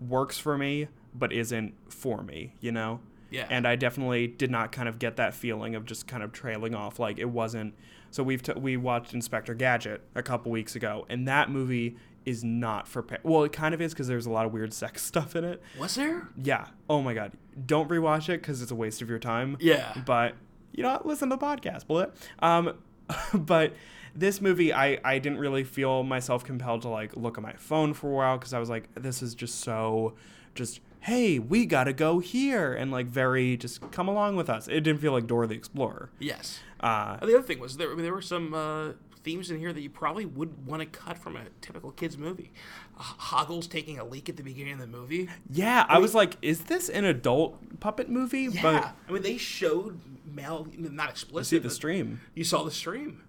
S1: works for me, but isn't for me. You know?
S3: Yeah.
S1: And I definitely did not kind of get that feeling of just kind of trailing off. Like it wasn't. So we've t- we watched Inspector Gadget a couple weeks ago, and that movie is not for. Pa- well, it kind of is because there's a lot of weird sex stuff in it.
S3: Was there?
S1: Yeah. Oh my god. Don't rewatch it because it's a waste of your time.
S3: Yeah.
S1: But you know, what? listen to the podcast, will it? Um, but this movie, I I didn't really feel myself compelled to like look at my phone for a while because I was like, this is just so, just hey, we gotta go here and like very just come along with us. It didn't feel like Dora the Explorer.
S3: Yes.
S1: Uh,
S3: And the other thing was there, there were some uh, themes in here that you probably would want to cut from a typical kids movie. H- Hoggle's taking a leak at the beginning of the movie.
S1: yeah, I was like, is this an adult puppet movie?
S3: Yeah,
S1: But
S3: I mean they showed Mel not explicit.
S1: see the
S3: but
S1: stream,
S3: You saw the stream.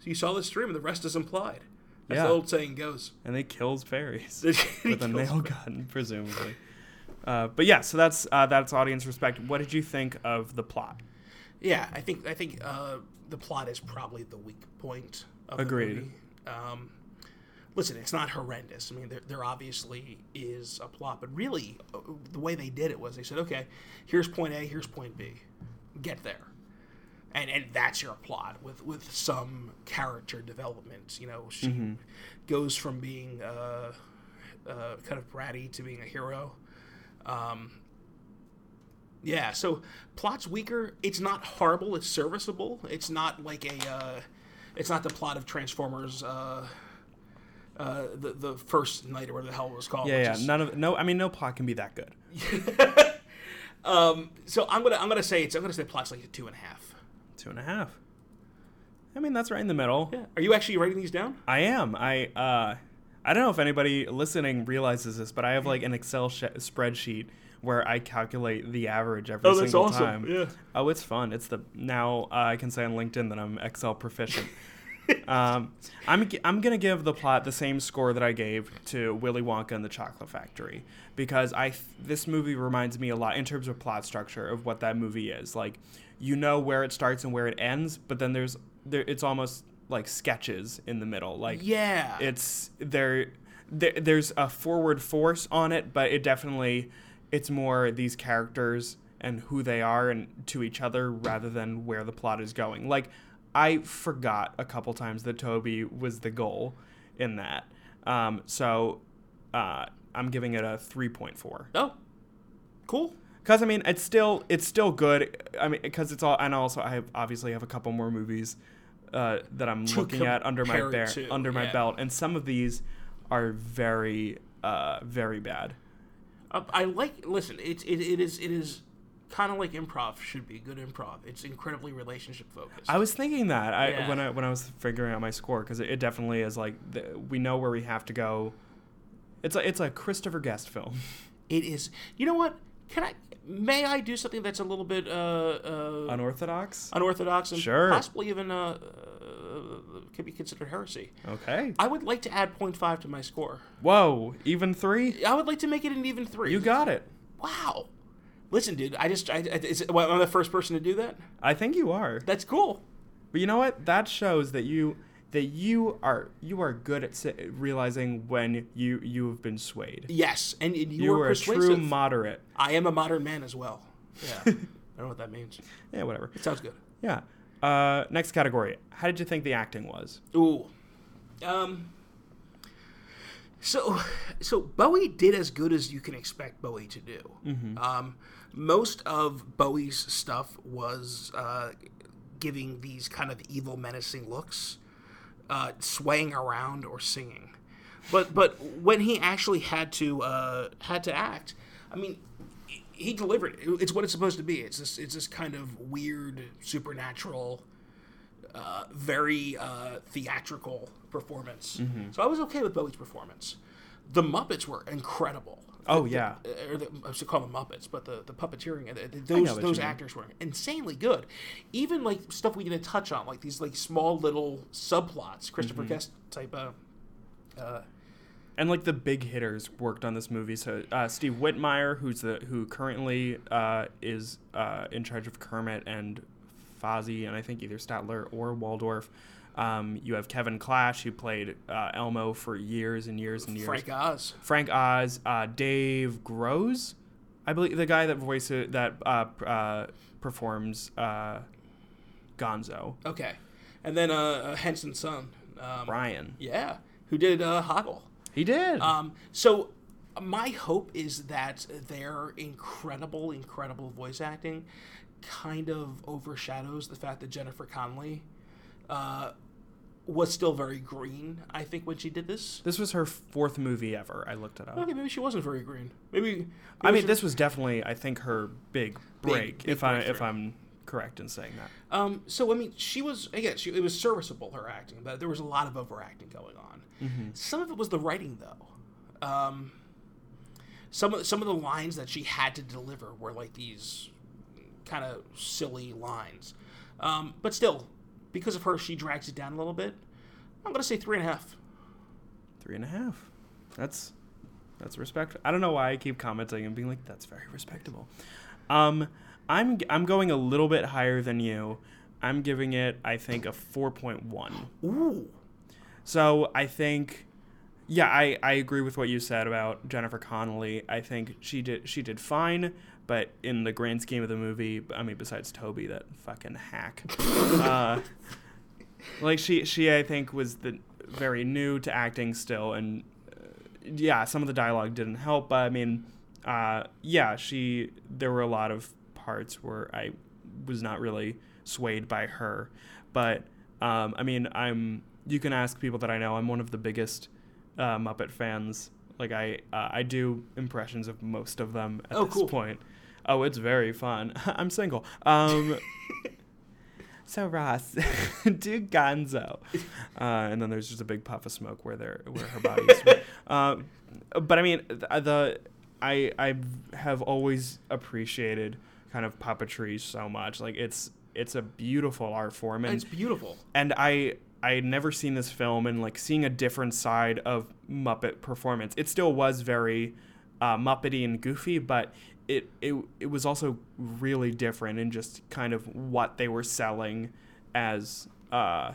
S3: So you saw the stream, and the rest is implied. As
S1: Yeah.
S3: the old saying goes.
S1: and they kills fairies.
S3: With
S1: with a nail gun, presumably. Uh, but yeah, so that's uh, that's audience respect. What did you think of the plot?
S3: Yeah, I think I think uh, the plot is probably the weak point. Of
S1: Agreed.
S3: The movie. Um, listen, it's not horrendous. I mean, there, there obviously is a plot, but really, uh, the way they did it was they said, okay, here's point A, here's point B, get there, and and that's your plot with with some character development. You know, she goes from being uh, uh, kind of bratty to being a hero. Um, yeah, so plot's weaker. It's not horrible. It's serviceable. It's not like a. Uh, it's not the plot of Transformers. Uh, uh, the the first night or whatever the hell it was called.
S1: Yeah,
S3: which
S1: yeah,
S3: is-
S1: none of no. I mean, no plot can be that good.
S3: um, so I'm gonna I'm gonna say it's I'm gonna say plot's like a two and a half.
S1: Two and a half. I mean, that's right in the middle.
S3: Yeah. Are you actually writing these down?
S1: I am. I uh, I don't know if anybody listening realizes this, but I have like an Excel sh- spreadsheet where I calculate the average every
S3: Oh, that's
S1: single
S3: awesome.
S1: time.
S3: Yeah.
S1: Oh, it's fun. It's the now uh, I can say on LinkedIn that I'm Excel proficient. um, I'm gi- I'm gonna give the plot the same score that I gave to Willy Wonka and the Chocolate Factory because I th- this movie reminds me a lot in terms of plot structure of what that movie is. Like, you know where it starts and where it ends, but then there's there it's almost like sketches in the middle. Like
S3: Yeah.
S1: it's there, there there's a forward force on it but it definitely it's more these characters and who they are and to each other rather than where the plot is going like i forgot a couple times that toby was the goal in that um, so uh, i'm giving it a 3.4
S3: oh, cool.
S1: because I mean, it's still it's still good. I mean, because it's all, and also I have, obviously have a couple more movies uh, that I'm looking at under my
S3: compare it
S1: bear,
S3: to,
S1: under my
S3: yeah.
S1: belt, and some of these are very uh, very bad.
S3: Uh, I like. Listen, it's it, it is it is kind of like improv should be good improv. It's incredibly relationship focused.
S1: I was thinking that I
S3: Yeah.
S1: when I when I was figuring out my score because it, it definitely is like the, we know where we have to go. It's a it's a Christopher Guest film.
S3: it is. You know what? Can I? May I do something that's a little bit uh, uh,
S1: Unorthodox.
S3: unorthodox and
S1: Sure.
S3: possibly even uh, uh, could be considered heresy?
S1: Okay.
S3: I would like to add 0.5 to my score.
S1: Whoa. Even three.
S3: I would like to make it an even three.
S1: You got it.
S3: wow. Listen, dude. I just I, I is, well, I'm the first person to do that.
S1: I think you are.
S3: That's cool.
S1: But you know what? That shows that you that you are you are good at si- realizing when you you have been swayed.
S3: Yes, and, and you,
S1: You are
S3: were
S1: a
S3: persuasive.
S1: true moderate.
S3: I am a modern man as well. Yeah. don't know what that means.
S1: Yeah, whatever.
S3: It sounds good.
S1: Yeah. Uh, next category. How did you think the acting was?
S3: Ooh. Um. So, so Bowie did as good as you can expect Bowie to do. Um, most of Bowie's stuff was uh, giving these kind of evil, menacing looks, uh, swaying around or singing. But but when he actually had to uh, had to act, I mean, he- he delivered. It. It's what it's supposed to be. It's this it's this kind of weird supernatural very uh, theatrical performance. So I was okay with Bowie's performance. The Muppets were incredible.
S1: Oh yeah.
S3: Or the, I should call them Muppets, but the, the puppeteering, uh, th-
S1: know
S3: those
S1: what
S3: those
S1: you mean.
S3: actors were insanely good. Even like stuff we didn't touch on, like these like small little subplots, Christopher
S1: Mm-hmm.
S3: Guest type of.
S1: And like the big hitters worked on this movie. So uh, Steve Whitmire, who's the who currently uh, is uh, in charge of Kermit and Fozzie, and I think either Statler or Waldorf. Um, you have Kevin Clash, who played uh, Elmo for years and years and years.
S3: Frank Oz.
S1: Frank Oz, uh, Dave Grows, I believe the guy that voices that uh, p- uh, performs uh, Gonzo,
S3: Okay, and then uh, uh, Henson Son. Um,
S1: Brian.
S3: Yeah, who did uh, Hoggle.
S1: He did.
S3: Um, so my hope is that their incredible, incredible voice acting kind of overshadows the fact that Jennifer Connelly uh, was still very green. I think when she did this,
S1: this was her fourth movie ever. I looked it up.
S3: okay, maybe she wasn't very green. Maybe, maybe
S1: I mean,
S3: she-
S1: this was definitely, I think, her big break.
S3: big
S1: if I if
S3: breakthrough.
S1: I'm correct in saying that.
S3: Um, so I mean, she was again. She, it was serviceable her acting, but there was a lot of overacting going on.
S1: Mm-hmm.
S3: Some of it was the writing, though. Um, some of some of the lines that she had to deliver were like these kind of silly lines, um, but still, because of her, she drags it down a little bit. I'm gonna say three and a half.
S1: Three and a half. That's that's respect. I don't know why I keep commenting and being like, that's very respectable. Um, I'm I'm going a little bit higher than you. I'm giving it, I think, a four point one.
S3: Ooh,
S1: So I think, yeah, I, I agree with what you said about Jennifer Connelly. I think she did she did fine, but in the grand scheme of the movie, I mean, besides Toby, that fucking hack, uh, like she she I think was the very new to acting still, and uh, yeah, some of the dialogue didn't help. But I mean, uh, yeah, she there were a lot of parts where I was not really swayed by her, but um, I mean, I'm. You can ask people that I know. I'm one of the biggest uh, Muppet fans. Like I, uh, I do impressions of most of them at
S3: Oh,
S1: this
S3: cool.
S1: point. Oh, it's very fun. I'm single. Um, so Ross, do Gonzo, uh, and then there's just a big puff of smoke where there where her body is. um, but I mean, th- uh, the I I have always appreciated kind of puppetry so much. Like it's it's a beautiful art form, and
S3: it's beautiful.
S1: and I I had never seen this film and like seeing a different side of Muppet performance. It still was very uh, Muppety and goofy, but it, it it was also really different in just kind of what they were selling as uh,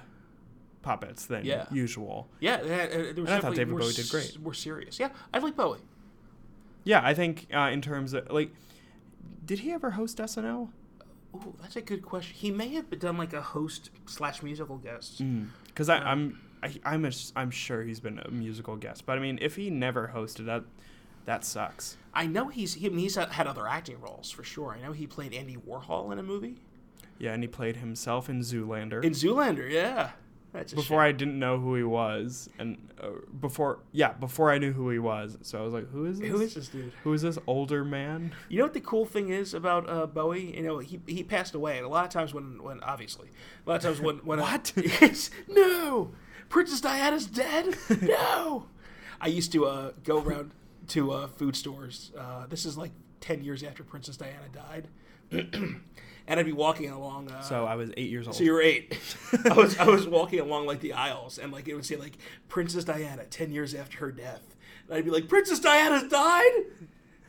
S1: puppets than
S3: Yeah.
S1: usual.
S3: Yeah, that, uh, there
S1: I
S3: was
S1: thought
S3: definitely
S1: David
S3: more
S1: Bowie did great.
S3: s- More serious. Yeah, I like Bowie.
S1: Yeah, I think uh, in terms of like, did he ever host SNL?
S3: Ooh, that's a good question. He may have done like a host slash musical guest.
S1: Because Hmm. I I'm I, I'm a, I'm sure he's been a musical guest, but I mean if he never hosted that, that sucks.
S3: I know he's he, I mean, he's had had other acting roles for sure. I know he played Andy Warhol in a movie
S1: Yeah, and he played himself in Zoolander.
S3: in Zoolander. Yeah, that's a
S1: before I didn't know who he was, and uh, before yeah, before I knew who he was, so I was like, who is this?
S3: shame. Who is this dude?
S1: Who is this older man?
S3: You know what the cool thing is about uh, Bowie? You know he, he passed away, and a lot of times when when obviously a lot of times when when
S1: What?
S3: I, yes, no, Princess Diana's dead. No, I used to uh, go around to uh, food stores. Uh, this is like ten years after Princess Diana died, and I'd be walking along. Uh,
S1: So I was eight years old.
S3: So you were eight. I was I was walking along like the aisles, and like it would say like Princess Diana, ten years after her death, and I'd be like Princess Diana's died,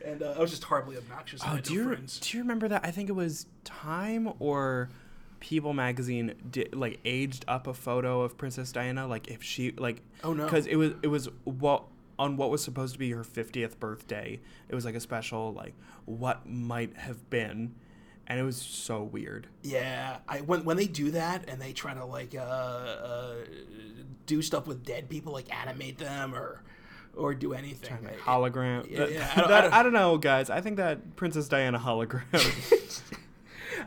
S3: and uh, I was just horribly obnoxious. and I
S1: oh,
S3: had
S1: do
S3: no
S1: you
S3: friends.
S1: do you remember that? I think it was Time or People magazine di- like aged up a photo of Princess Diana, like if she like
S3: Oh, no.
S1: because it was it was what. On what was supposed to be her 50th birthday, it was like a special, like, what might have been. and it was so weird.
S3: Yeah, I when when they do that and they try to like uh, uh, do stuff with dead people, like animate them or or do anything. I-
S1: Hologram.
S3: Yeah,
S1: that-
S3: yeah, I don't-
S1: that-
S3: I don't-
S1: I don't know, guys. I think that Princess Diana hologram.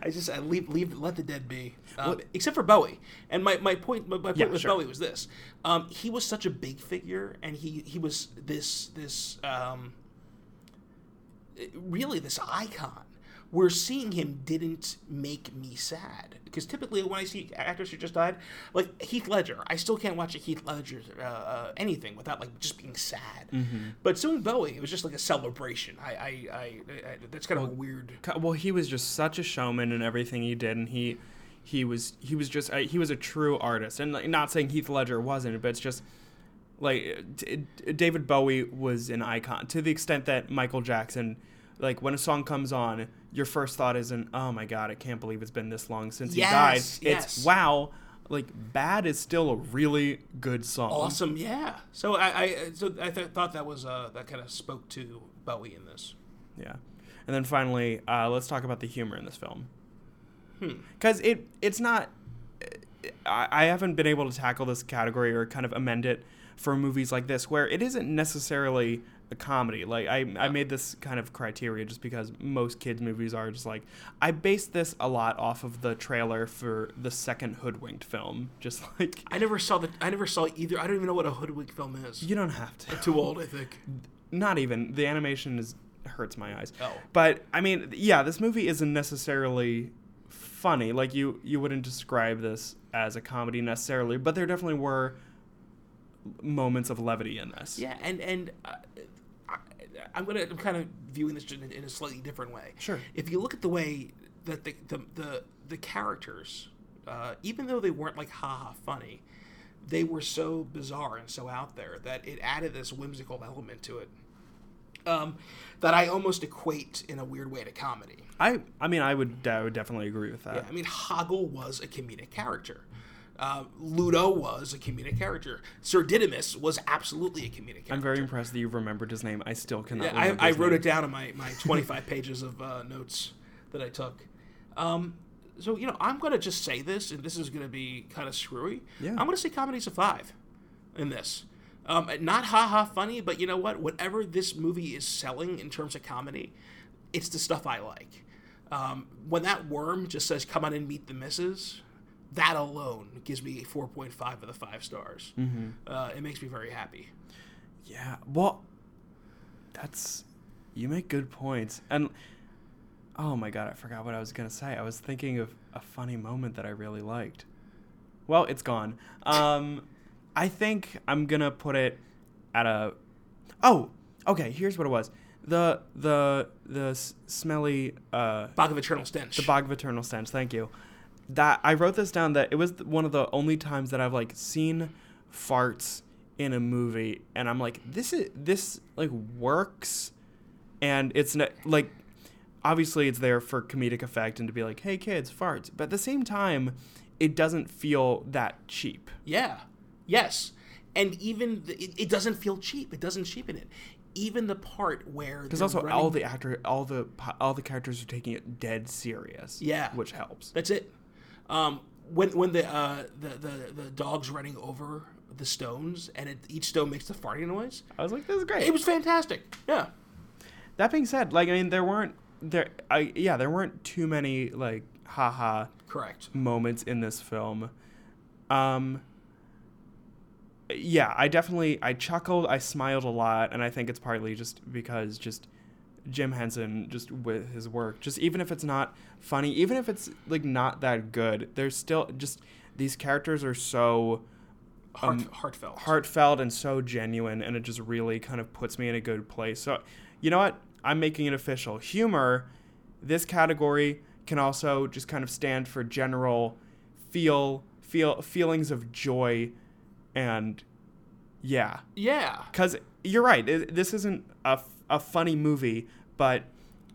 S3: I just I leave leave let the dead be, um, except for Bowie. And my my point my, my point
S1: Yeah,
S3: with
S1: sure.
S3: Bowie was this: um, he was such a big figure, and he he was this this um, really this icon. Where seeing him didn't make me sad because typically when I see actors who just died, like Heath Ledger, I still can't watch a Heath Ledger uh, uh, anything without like just being sad.
S1: Mm-hmm.
S3: But soon Bowie, it was just like a celebration. I, I, I, I that's kind of a weird.
S1: Co- well he was just such a showman in everything he did and he he was he was just I he was a true artist and like, not saying heath ledger wasn't but it's just like d- d- david bowie was an icon to the extent that michael jackson like when a song comes on your first thought isn't oh my god i can't believe it's been this long since
S3: Yes,
S1: he died
S3: yes.
S1: it's wow like bad is still a really good song
S3: Awesome, yeah. So I, I so I th- thought that was uh, that kind of spoke to Bowie in this.
S1: Yeah, and then finally, uh, let's talk about the humor in this film. Hmm. Because it it's not, I, I haven't been able to tackle this category or kind of amend it for movies like this where it isn't necessarily a comedy. Like I I made this kind of criteria just because most kids movies are just like I based this a lot off of the trailer for the second Hoodwinked film. Just like
S3: I never saw the I never saw either. I don't even know what a Hoodwink film is.
S1: you don't have to.
S3: Too old, I think.
S1: not even the animation is hurts my eyes.
S3: Oh.
S1: But I mean, yeah, this movie isn't necessarily funny. Like you you wouldn't describe this as a comedy necessarily, but there definitely were moments of levity in this.
S3: Yeah, and and uh, I, I'm gonna I'm kind of viewing this in, in a slightly different way.
S1: Sure.
S3: If you look at the way that the the the, the characters, uh, even though they weren't like ha ha funny, they were so bizarre and so out there that it added this whimsical element to it. Um, that I almost equate in a weird way to comedy.
S1: I I mean, I would I would definitely agree with that.
S3: I mean, Hoggle was a comedic character. Uh, Ludo was a comedic character. Sir Didymus was absolutely a comedic character.
S1: I'm very impressed that you've remembered his name. I still cannot.
S3: Yeah, I,
S1: remember
S3: I
S1: his
S3: wrote
S1: name.
S3: it down in my, my 25 pages of uh, notes that I took. Um, so, you know, I'm going to just say this, and this is going to be kind of screwy.
S1: Yeah.
S3: I'm going to say comedy's a five in this. Um, not ha ha funny, but you know what? Whatever this movie is selling in terms of comedy, it's the stuff I like. Um, when that worm just says, come on and meet the missus, that alone gives me a 4.5 of the five stars. Uh, it makes me very happy.
S1: Yeah. Well, that's you make good points. And oh my god, I forgot what I was gonna say. I was thinking of a funny moment that I really liked. Well, it's gone. Um, I think I'm gonna put it at a. Oh, okay. Here's what it was. The the the s- smelly uh
S3: Bog of Eternal Stench.
S1: the bog of eternal stench. Thank you. That I wrote this down. That it was th- one of the only times that I've like seen farts in a movie, and I'm like, this is this like works, and it's not like obviously it's there for comedic effect and to be like, hey kids, farts. But at the same time, it doesn't feel that cheap.
S3: Yeah. Yes. And even the, it, it doesn't feel cheap. It doesn't cheapen it. Even the part where
S1: Because
S3: they're
S1: also
S3: running-
S1: all the actor, all the po- all the characters are taking it dead serious.
S3: Yeah.
S1: which helps.
S3: that's it. Um, when when the, uh, the the the dog's running over the stones and it, each stone makes the farting noise,
S1: I was like, this is great.
S3: it was fantastic. Yeah.
S1: That being said, like I mean, there weren't there, I yeah, there weren't too many like haha
S3: Correct.
S1: moments in this film. Um, yeah, I definitely I chuckled, I smiled a lot, and I think it's partly just because just Jim Henson just with his work, just even if it's not funny, even if it's like not that good, there's still just these characters are so
S3: Heart,
S1: Um,
S3: heartfelt.
S1: heartfelt and so genuine and it just really kind of puts me in a good place so you know what i'm making it official humor this category can also just kind of stand for general feel feel feelings of joy and yeah
S3: yeah.
S1: because you're right it, this isn't a, f- a funny movie but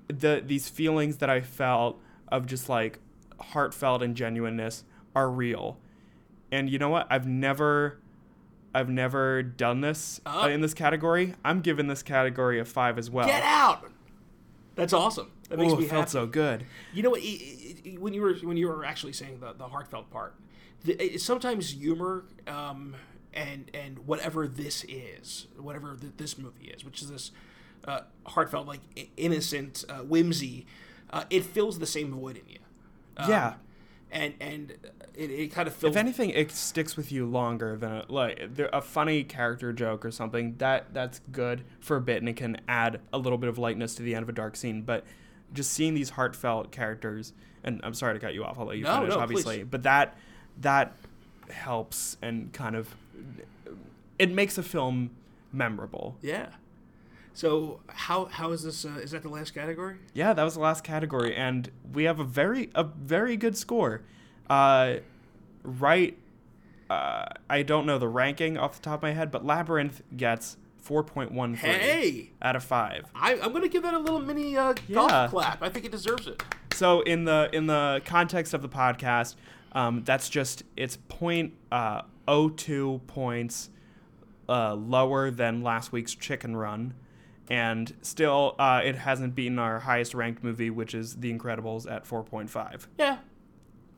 S1: the these feelings that i felt of just like heartfelt and genuineness are real and you know what i've never i've never done this uh,
S3: Oh.
S1: in this category i'm giving this category a five as well
S3: Get out. That's awesome. That makes
S1: Oh,
S3: me
S1: it felt
S3: happy.
S1: so good.
S3: You know what? It, it, it- when you were when you were actually saying the, the heartfelt part, the, it, sometimes humor um, and and whatever this is, whatever th- this movie is, which is this uh, heartfelt, like i- innocent uh, whimsy, uh, it fills the same void in you. Um,
S1: yeah.
S3: and and it, it kind of fills.
S1: If anything, it sticks with you longer than a, like there- a funny character joke or something. That that's good for a bit, and it can add a little bit of lightness to the end of a dark scene. But just seeing these heartfelt characters, and I'm sorry to cut you off. I'll let you
S3: No,
S1: finish,
S3: no,
S1: obviously.
S3: please.
S1: But that that helps and kind of it makes a film memorable.
S3: yeah. So how how is this? Uh, is that the last category?
S1: Yeah, that was the last category, and we have a very a very good score. Uh, right, uh, I don't know the ranking off the top of my head, but Labyrinth gets four point one three
S3: Hey!
S1: out of five.
S3: I, I'm gonna give that a little mini uh,
S1: Yeah.
S3: golf clap. I think it deserves it.
S1: So in the in the context of the podcast, um, that's just it's point uh, oh two points uh, lower than last week's Chicken Run, and still uh, it hasn't beaten our highest ranked movie, which is The Incredibles at four point five.
S3: Yeah,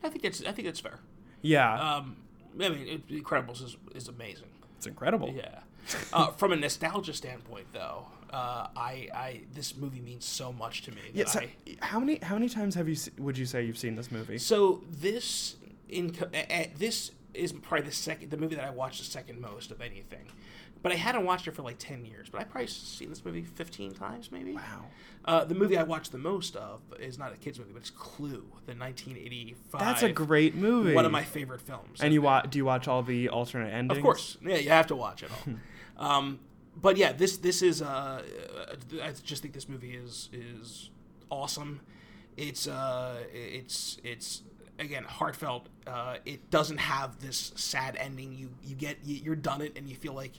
S3: I think that's I think that's fair.
S1: Yeah.
S3: Um, I mean, it, Incredibles is is amazing.
S1: It's incredible.
S3: Yeah. Uh, from a nostalgia standpoint, though, uh, I I this movie means so much to me. that
S1: so,
S3: I-
S1: how many how many times have you se- would you say you've seen this movie?
S3: So this in uh, this is probably the second the movie that I watched the second most of anything. But I hadn't watched it for like ten years. But I probably seen this movie fifteen times, maybe. Wow. Uh, the movie I watched the most of is not a kids movie, but it's Clue, the 1985.
S1: That's a great movie.
S3: One of my favorite films.
S1: And you wa- do you watch all the alternate endings?
S3: Of course, yeah, you have to watch it all. um, but yeah, this this is uh, uh, I just think this movie is is awesome. It's uh, it's it's again heartfelt. Uh, it doesn't have this sad ending. You you get you, you're done it, and you feel like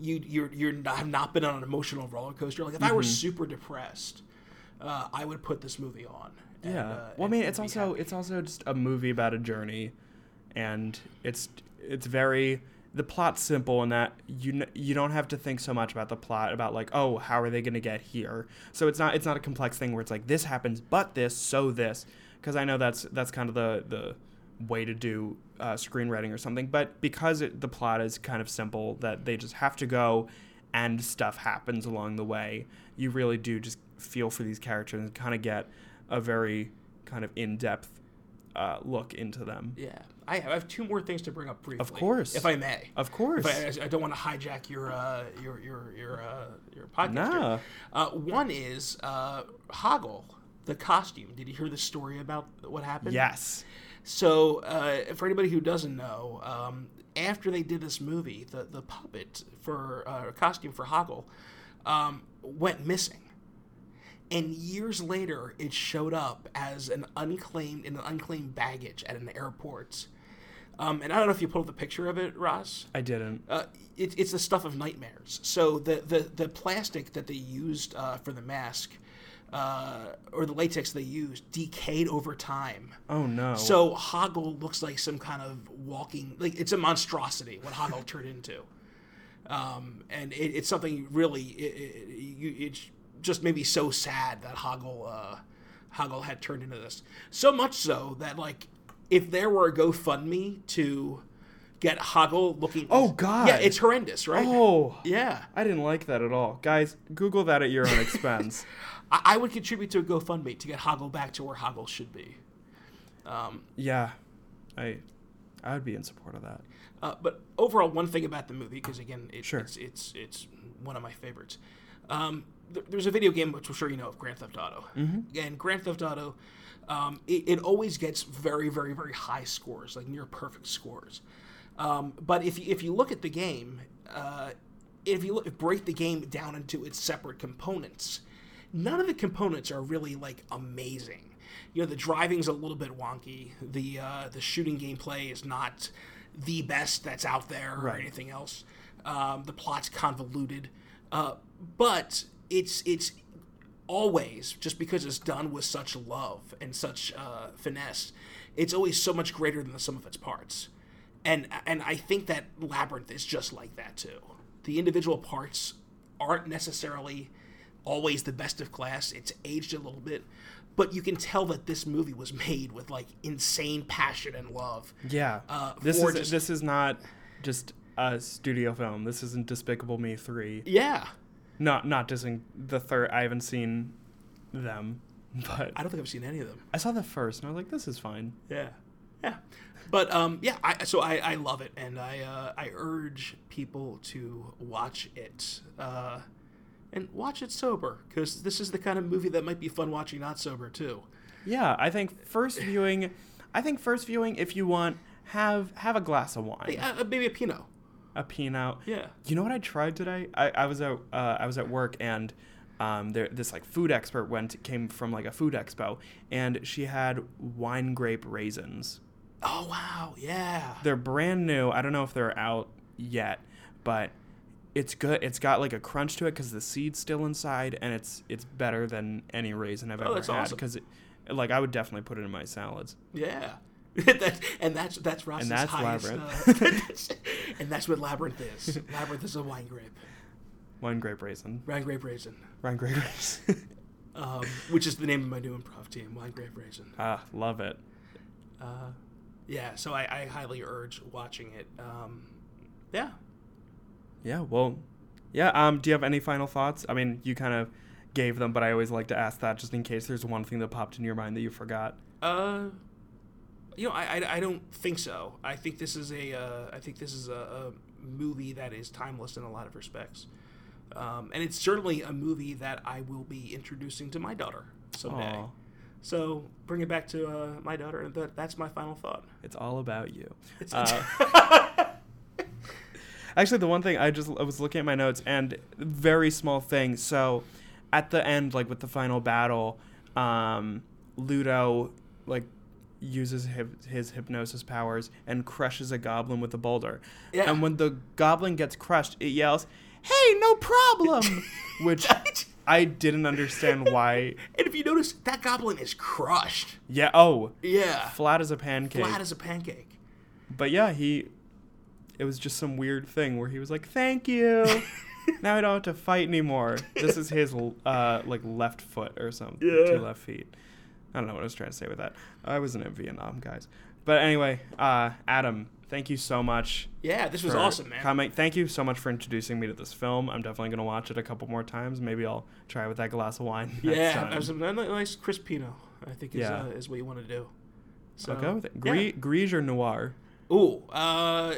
S3: you you're you're not, have not been on an emotional roller coaster. Like if I were
S1: Mm-hmm.
S3: super depressed, uh, I would put this movie on. and,
S1: Yeah.
S3: uh,
S1: well, I
S3: and-
S1: mean,
S3: and
S1: it's
S3: be
S1: also
S3: happy.
S1: it's also just a movie about a journey, and it's it's very the plot's simple in that you kn- you don't have to think so much about the plot about like oh how are they going to get here. So it's not it's not a complex thing where it's like this happens but this so this because I know that's that's kind of the the way to do uh, screenwriting or something. But because it, the plot is kind of simple that they just have to go and stuff happens along the way, you really do just feel for these characters and kind of get a very kind of in-depth uh, look into them.
S3: Yeah, I have, I have two more things to bring up briefly.
S1: course.
S3: if I may.
S1: Of course.
S3: If I, I don't want to hijack your uh, your your your uh, your podcast.
S1: Nah.
S3: here. Uh, one is uh, Hoggle, the costume. Did you hear the story about what happened?
S1: Yes.
S3: So, uh, for anybody who doesn't know, um, after they did this movie, the the puppet for uh, costume for Hoggle um, went missing, and years later, it showed up as an unclaimed in an unclaimed baggage at an airport. Um, and I don't know if you pulled up the picture of it, Ross
S1: I didn't.
S3: uh, it, it's the stuff of nightmares. So the the, the plastic that they used uh, for the mask, uh, or the latex they used, decayed over time.
S1: Oh no.
S3: So Hoggle looks like some kind of walking, like it's a monstrosity what Hoggle turned into, um, and it, it's something really. It, it, you, it's just made me so sad that Hoggle uh, Hoggle had turned into this. So much so that like, if there were a GoFundMe to get Hoggle looking,
S1: Oh, God.
S3: yeah, it's horrendous, right?
S1: oh.
S3: yeah.
S1: I didn't like that at all. Guys, Google that at your own expense.
S3: I, I would contribute to a GoFundMe to get Hoggle back to where Hoggle should be.
S1: yeah. I I would be in support of that.
S3: Uh, but overall, one thing about the movie, because again, it,
S1: Sure.
S3: it's, it's it's one of my favorites. Um, th- there's a video game which I'm sure you know of, Grand Theft Auto, and Grand Theft Auto, um, it, it always gets very, very, very high scores, like near perfect scores. Um, but if you, if you look at the game, uh, if you look, break the game down into its separate components, none of the components are really like amazing. You know, the driving's a little bit wonky. The uh, the shooting gameplay is not the best that's out there or anything else. Um, the plot's convoluted, uh, but it's it's always just because it's done with such love and such uh, finesse. It's always so much greater than the sum of its parts, and and I think that labyrinth is just like that too. The individual parts aren't necessarily always the best of class. It's aged a little bit, but you can tell that this movie was made with like insane passion and love.
S1: Yeah.
S3: Uh,
S1: this
S3: for
S1: is
S3: just-
S1: this is not just a studio film. This isn't Despicable Me three.
S3: Yeah.
S1: Not not dissing the third. I haven't seen them, but
S3: I don't think I've seen any of them.
S1: I saw the first and I was like, this is fine.
S3: Yeah. Yeah. But um, yeah, I, so I, I love it, and I uh, I urge people to watch it, uh, and watch it sober, because this is the kind of movie that might be fun watching not sober too.
S1: Yeah, I think first viewing. I think first viewing. If you want, have have a glass of wine,
S3: Yeah, uh, maybe a Pinot.
S1: a Pinot.
S3: Yeah.
S1: You know what I tried today? I, I was at uh, I was at work and um, there this like food expert went came from like a food expo and she had wine grape raisins.
S3: Oh wow, yeah.
S1: They're brand new. I don't know if they're out yet, but it's good. It's got like a crunch to it because the seed's still inside, and it's it's better than any raisin I've ever
S3: that's
S1: had.
S3: awesome.
S1: Because like I would definitely put it in my salads.
S3: Yeah. That- and that's that's Ross's
S1: that's
S3: highest,
S1: Labyrinth.
S3: uh, and that's what labyrinth is. Labyrinth is a wine grape,
S1: Wine grape raisin.
S3: wine grape raisin,
S1: Wine grape raisin.
S3: um, which is the name of my new improv team, wine grape raisin.
S1: ah, love it.
S3: Yeah, so I, I highly urge watching it. Um, yeah,
S1: Yeah, well, yeah. Um, do you have any final thoughts? I mean, you kind of gave them, but I always like to ask that just in case there's one thing that popped in your mind that you forgot.
S3: Uh, you know, I, I, I don't think so. I think this is a uh, I think this is a, a movie that is timeless in a lot of respects, um, and it's certainly a movie that I will be introducing to my daughter someday.
S1: Aw.
S3: So bring it back to uh, my daughter, and that, that's my final thought.
S1: It's all about you. Uh, actually, the one thing I just I was looking at my notes and very small thing. So, at the end, like with the final battle, um, Ludo like uses his, his hypnosis powers and crushes a goblin with a boulder.
S3: Yeah.
S1: And when the goblin gets crushed, it yells, "Hey, no problem," which I didn't understand why.
S3: And if you notice, that goblin is crushed.
S1: Yeah. Oh,
S3: Yeah,
S1: flat as a pancake.
S3: flat as a pancake.
S1: But yeah, he. It was just some weird thing where he was like, "Thank you." now I don't have to fight anymore. This is his uh, like left foot or something.
S3: Yeah.
S1: Two left feet. I don't know what I was trying to say with that. I wasn't in Vietnam, guys. But anyway, uh, Adam, thank you so much.
S3: Yeah, this was
S1: for
S3: awesome, man.
S1: Coming. Thank you so much for introducing me to this film. I'm definitely gonna watch it a couple more times. Maybe I'll try with that glass of wine. next
S3: yeah,
S1: time.
S3: that was a ni- nice crisp Pinot. I think is
S1: Yeah.
S3: uh, is what you want to do. So,
S1: I'll go with it.
S3: uh, yeah.
S1: Gre- Grige or Noir?
S3: Ooh, uh,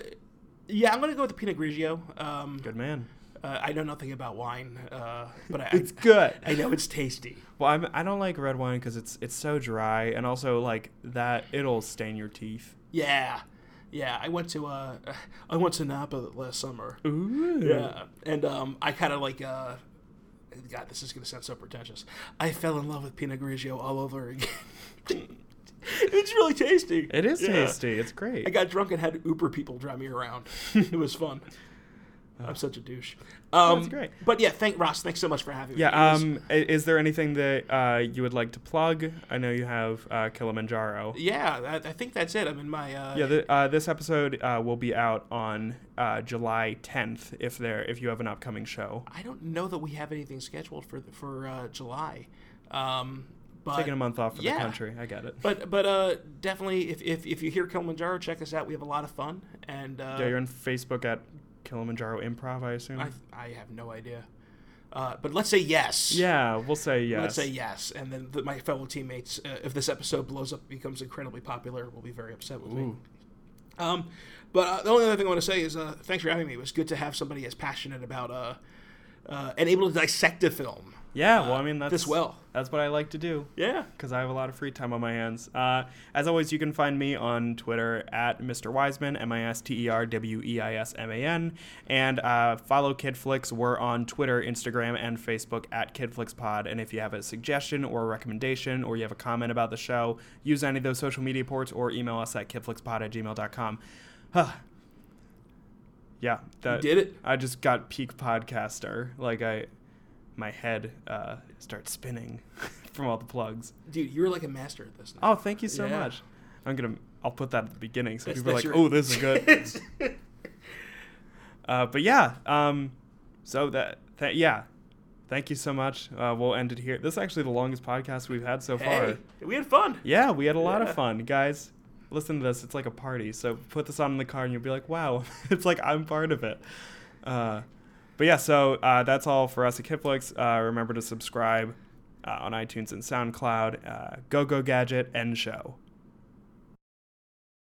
S3: yeah, I'm gonna go with the Pinot Grigio. Um,
S1: Good man.
S3: uh, I know nothing about wine, uh, but I,
S1: It's good.
S3: I know it's tasty.
S1: Well, I'm, I don't like red wine because it's it's so dry, and also like that it'll stain your teeth.
S3: Yeah, yeah. I went to uh, I went to Napa last summer.
S1: Ooh.
S3: Yeah, and um, I kind of like uh, God, this is gonna sound so pretentious. I fell in love with Pinot Grigio all over again. it's really tasty.
S1: It is
S3: Yeah.
S1: tasty. It's
S3: I
S1: great.
S3: got drunk and had Uber people drive me around. it was fun. I'm such a douche. Um,
S1: That's great.
S3: But yeah, thank Ross. Thanks so much for having me.
S1: Yeah.
S3: It was-
S1: Um. i- Is there anything that uh, you would like to plug? I know you have uh, Kilimanjaro.
S3: yeah. I, I think that's it. I'm in my. Uh,
S1: Yeah. The, uh, this episode uh, will be out on uh, July 10th. If there, if you have an upcoming show,
S3: I don't know that we have anything scheduled for for uh, July. Um, but
S1: taking a month off for
S3: yeah.
S1: the country. I get it.
S3: But but uh, definitely, if, if if you hear Kilimanjaro, check us out. We have a lot of fun. And uh,
S1: yeah, you're on Facebook at Kilimanjaro Improv, I assume.
S3: I I have no idea. Uh, but let's say yes.
S1: yeah, we'll say yes.
S3: Let's say yes, and then the, my fellow teammates, uh, if this episode blows up, and becomes incredibly popular, will be very upset with me. Um, but uh, the only other thing I want to say is uh, thanks for having me. It was good to have somebody as passionate about uh, uh, and able to dissect a film.
S1: Yeah. Well, I mean that's
S3: uh, this well.
S1: That's what I like to do.
S3: Yeah.
S1: because I have a lot of free time on my hands. Uh, as always, you can find me on Twitter at Mr. Wiseman, M I S T E R W E I S M A N, and uh, follow KidFlix. We're on Twitter, Instagram, and Facebook at KidFlixPod. And if you have a suggestion or a recommendation or you have a comment about the show, use any of those social media ports or email us at kidflixpod at gmail.com. Huh. Yeah, that
S3: did it.
S1: I just got peak podcaster. Like I, my head uh, starts spinning from all the plugs.
S3: Dude, you're like a master at this. Now.
S1: Oh, thank you so
S3: Yeah.
S1: much. I'm gonna. I'll put that at the beginning so
S3: That's-
S1: people are like,
S3: that's your-
S1: "Oh, this is good." uh, but yeah. Um. So that. That yeah. Thank you so much. Uh, we'll end it here. This is actually the longest podcast we've had so
S3: Hey,
S1: far.
S3: we had fun.
S1: Yeah, we had a lot
S3: Yeah.
S1: of fun, guys. Listen to this; it's like a party. So put this on in the car, and you'll be like, "Wow, it's like I'm part of it." Uh, but yeah, so uh, that's all for us at Kipflix. Uh, remember to subscribe uh, on iTunes and SoundCloud. Uh, go Go Gadget End Show.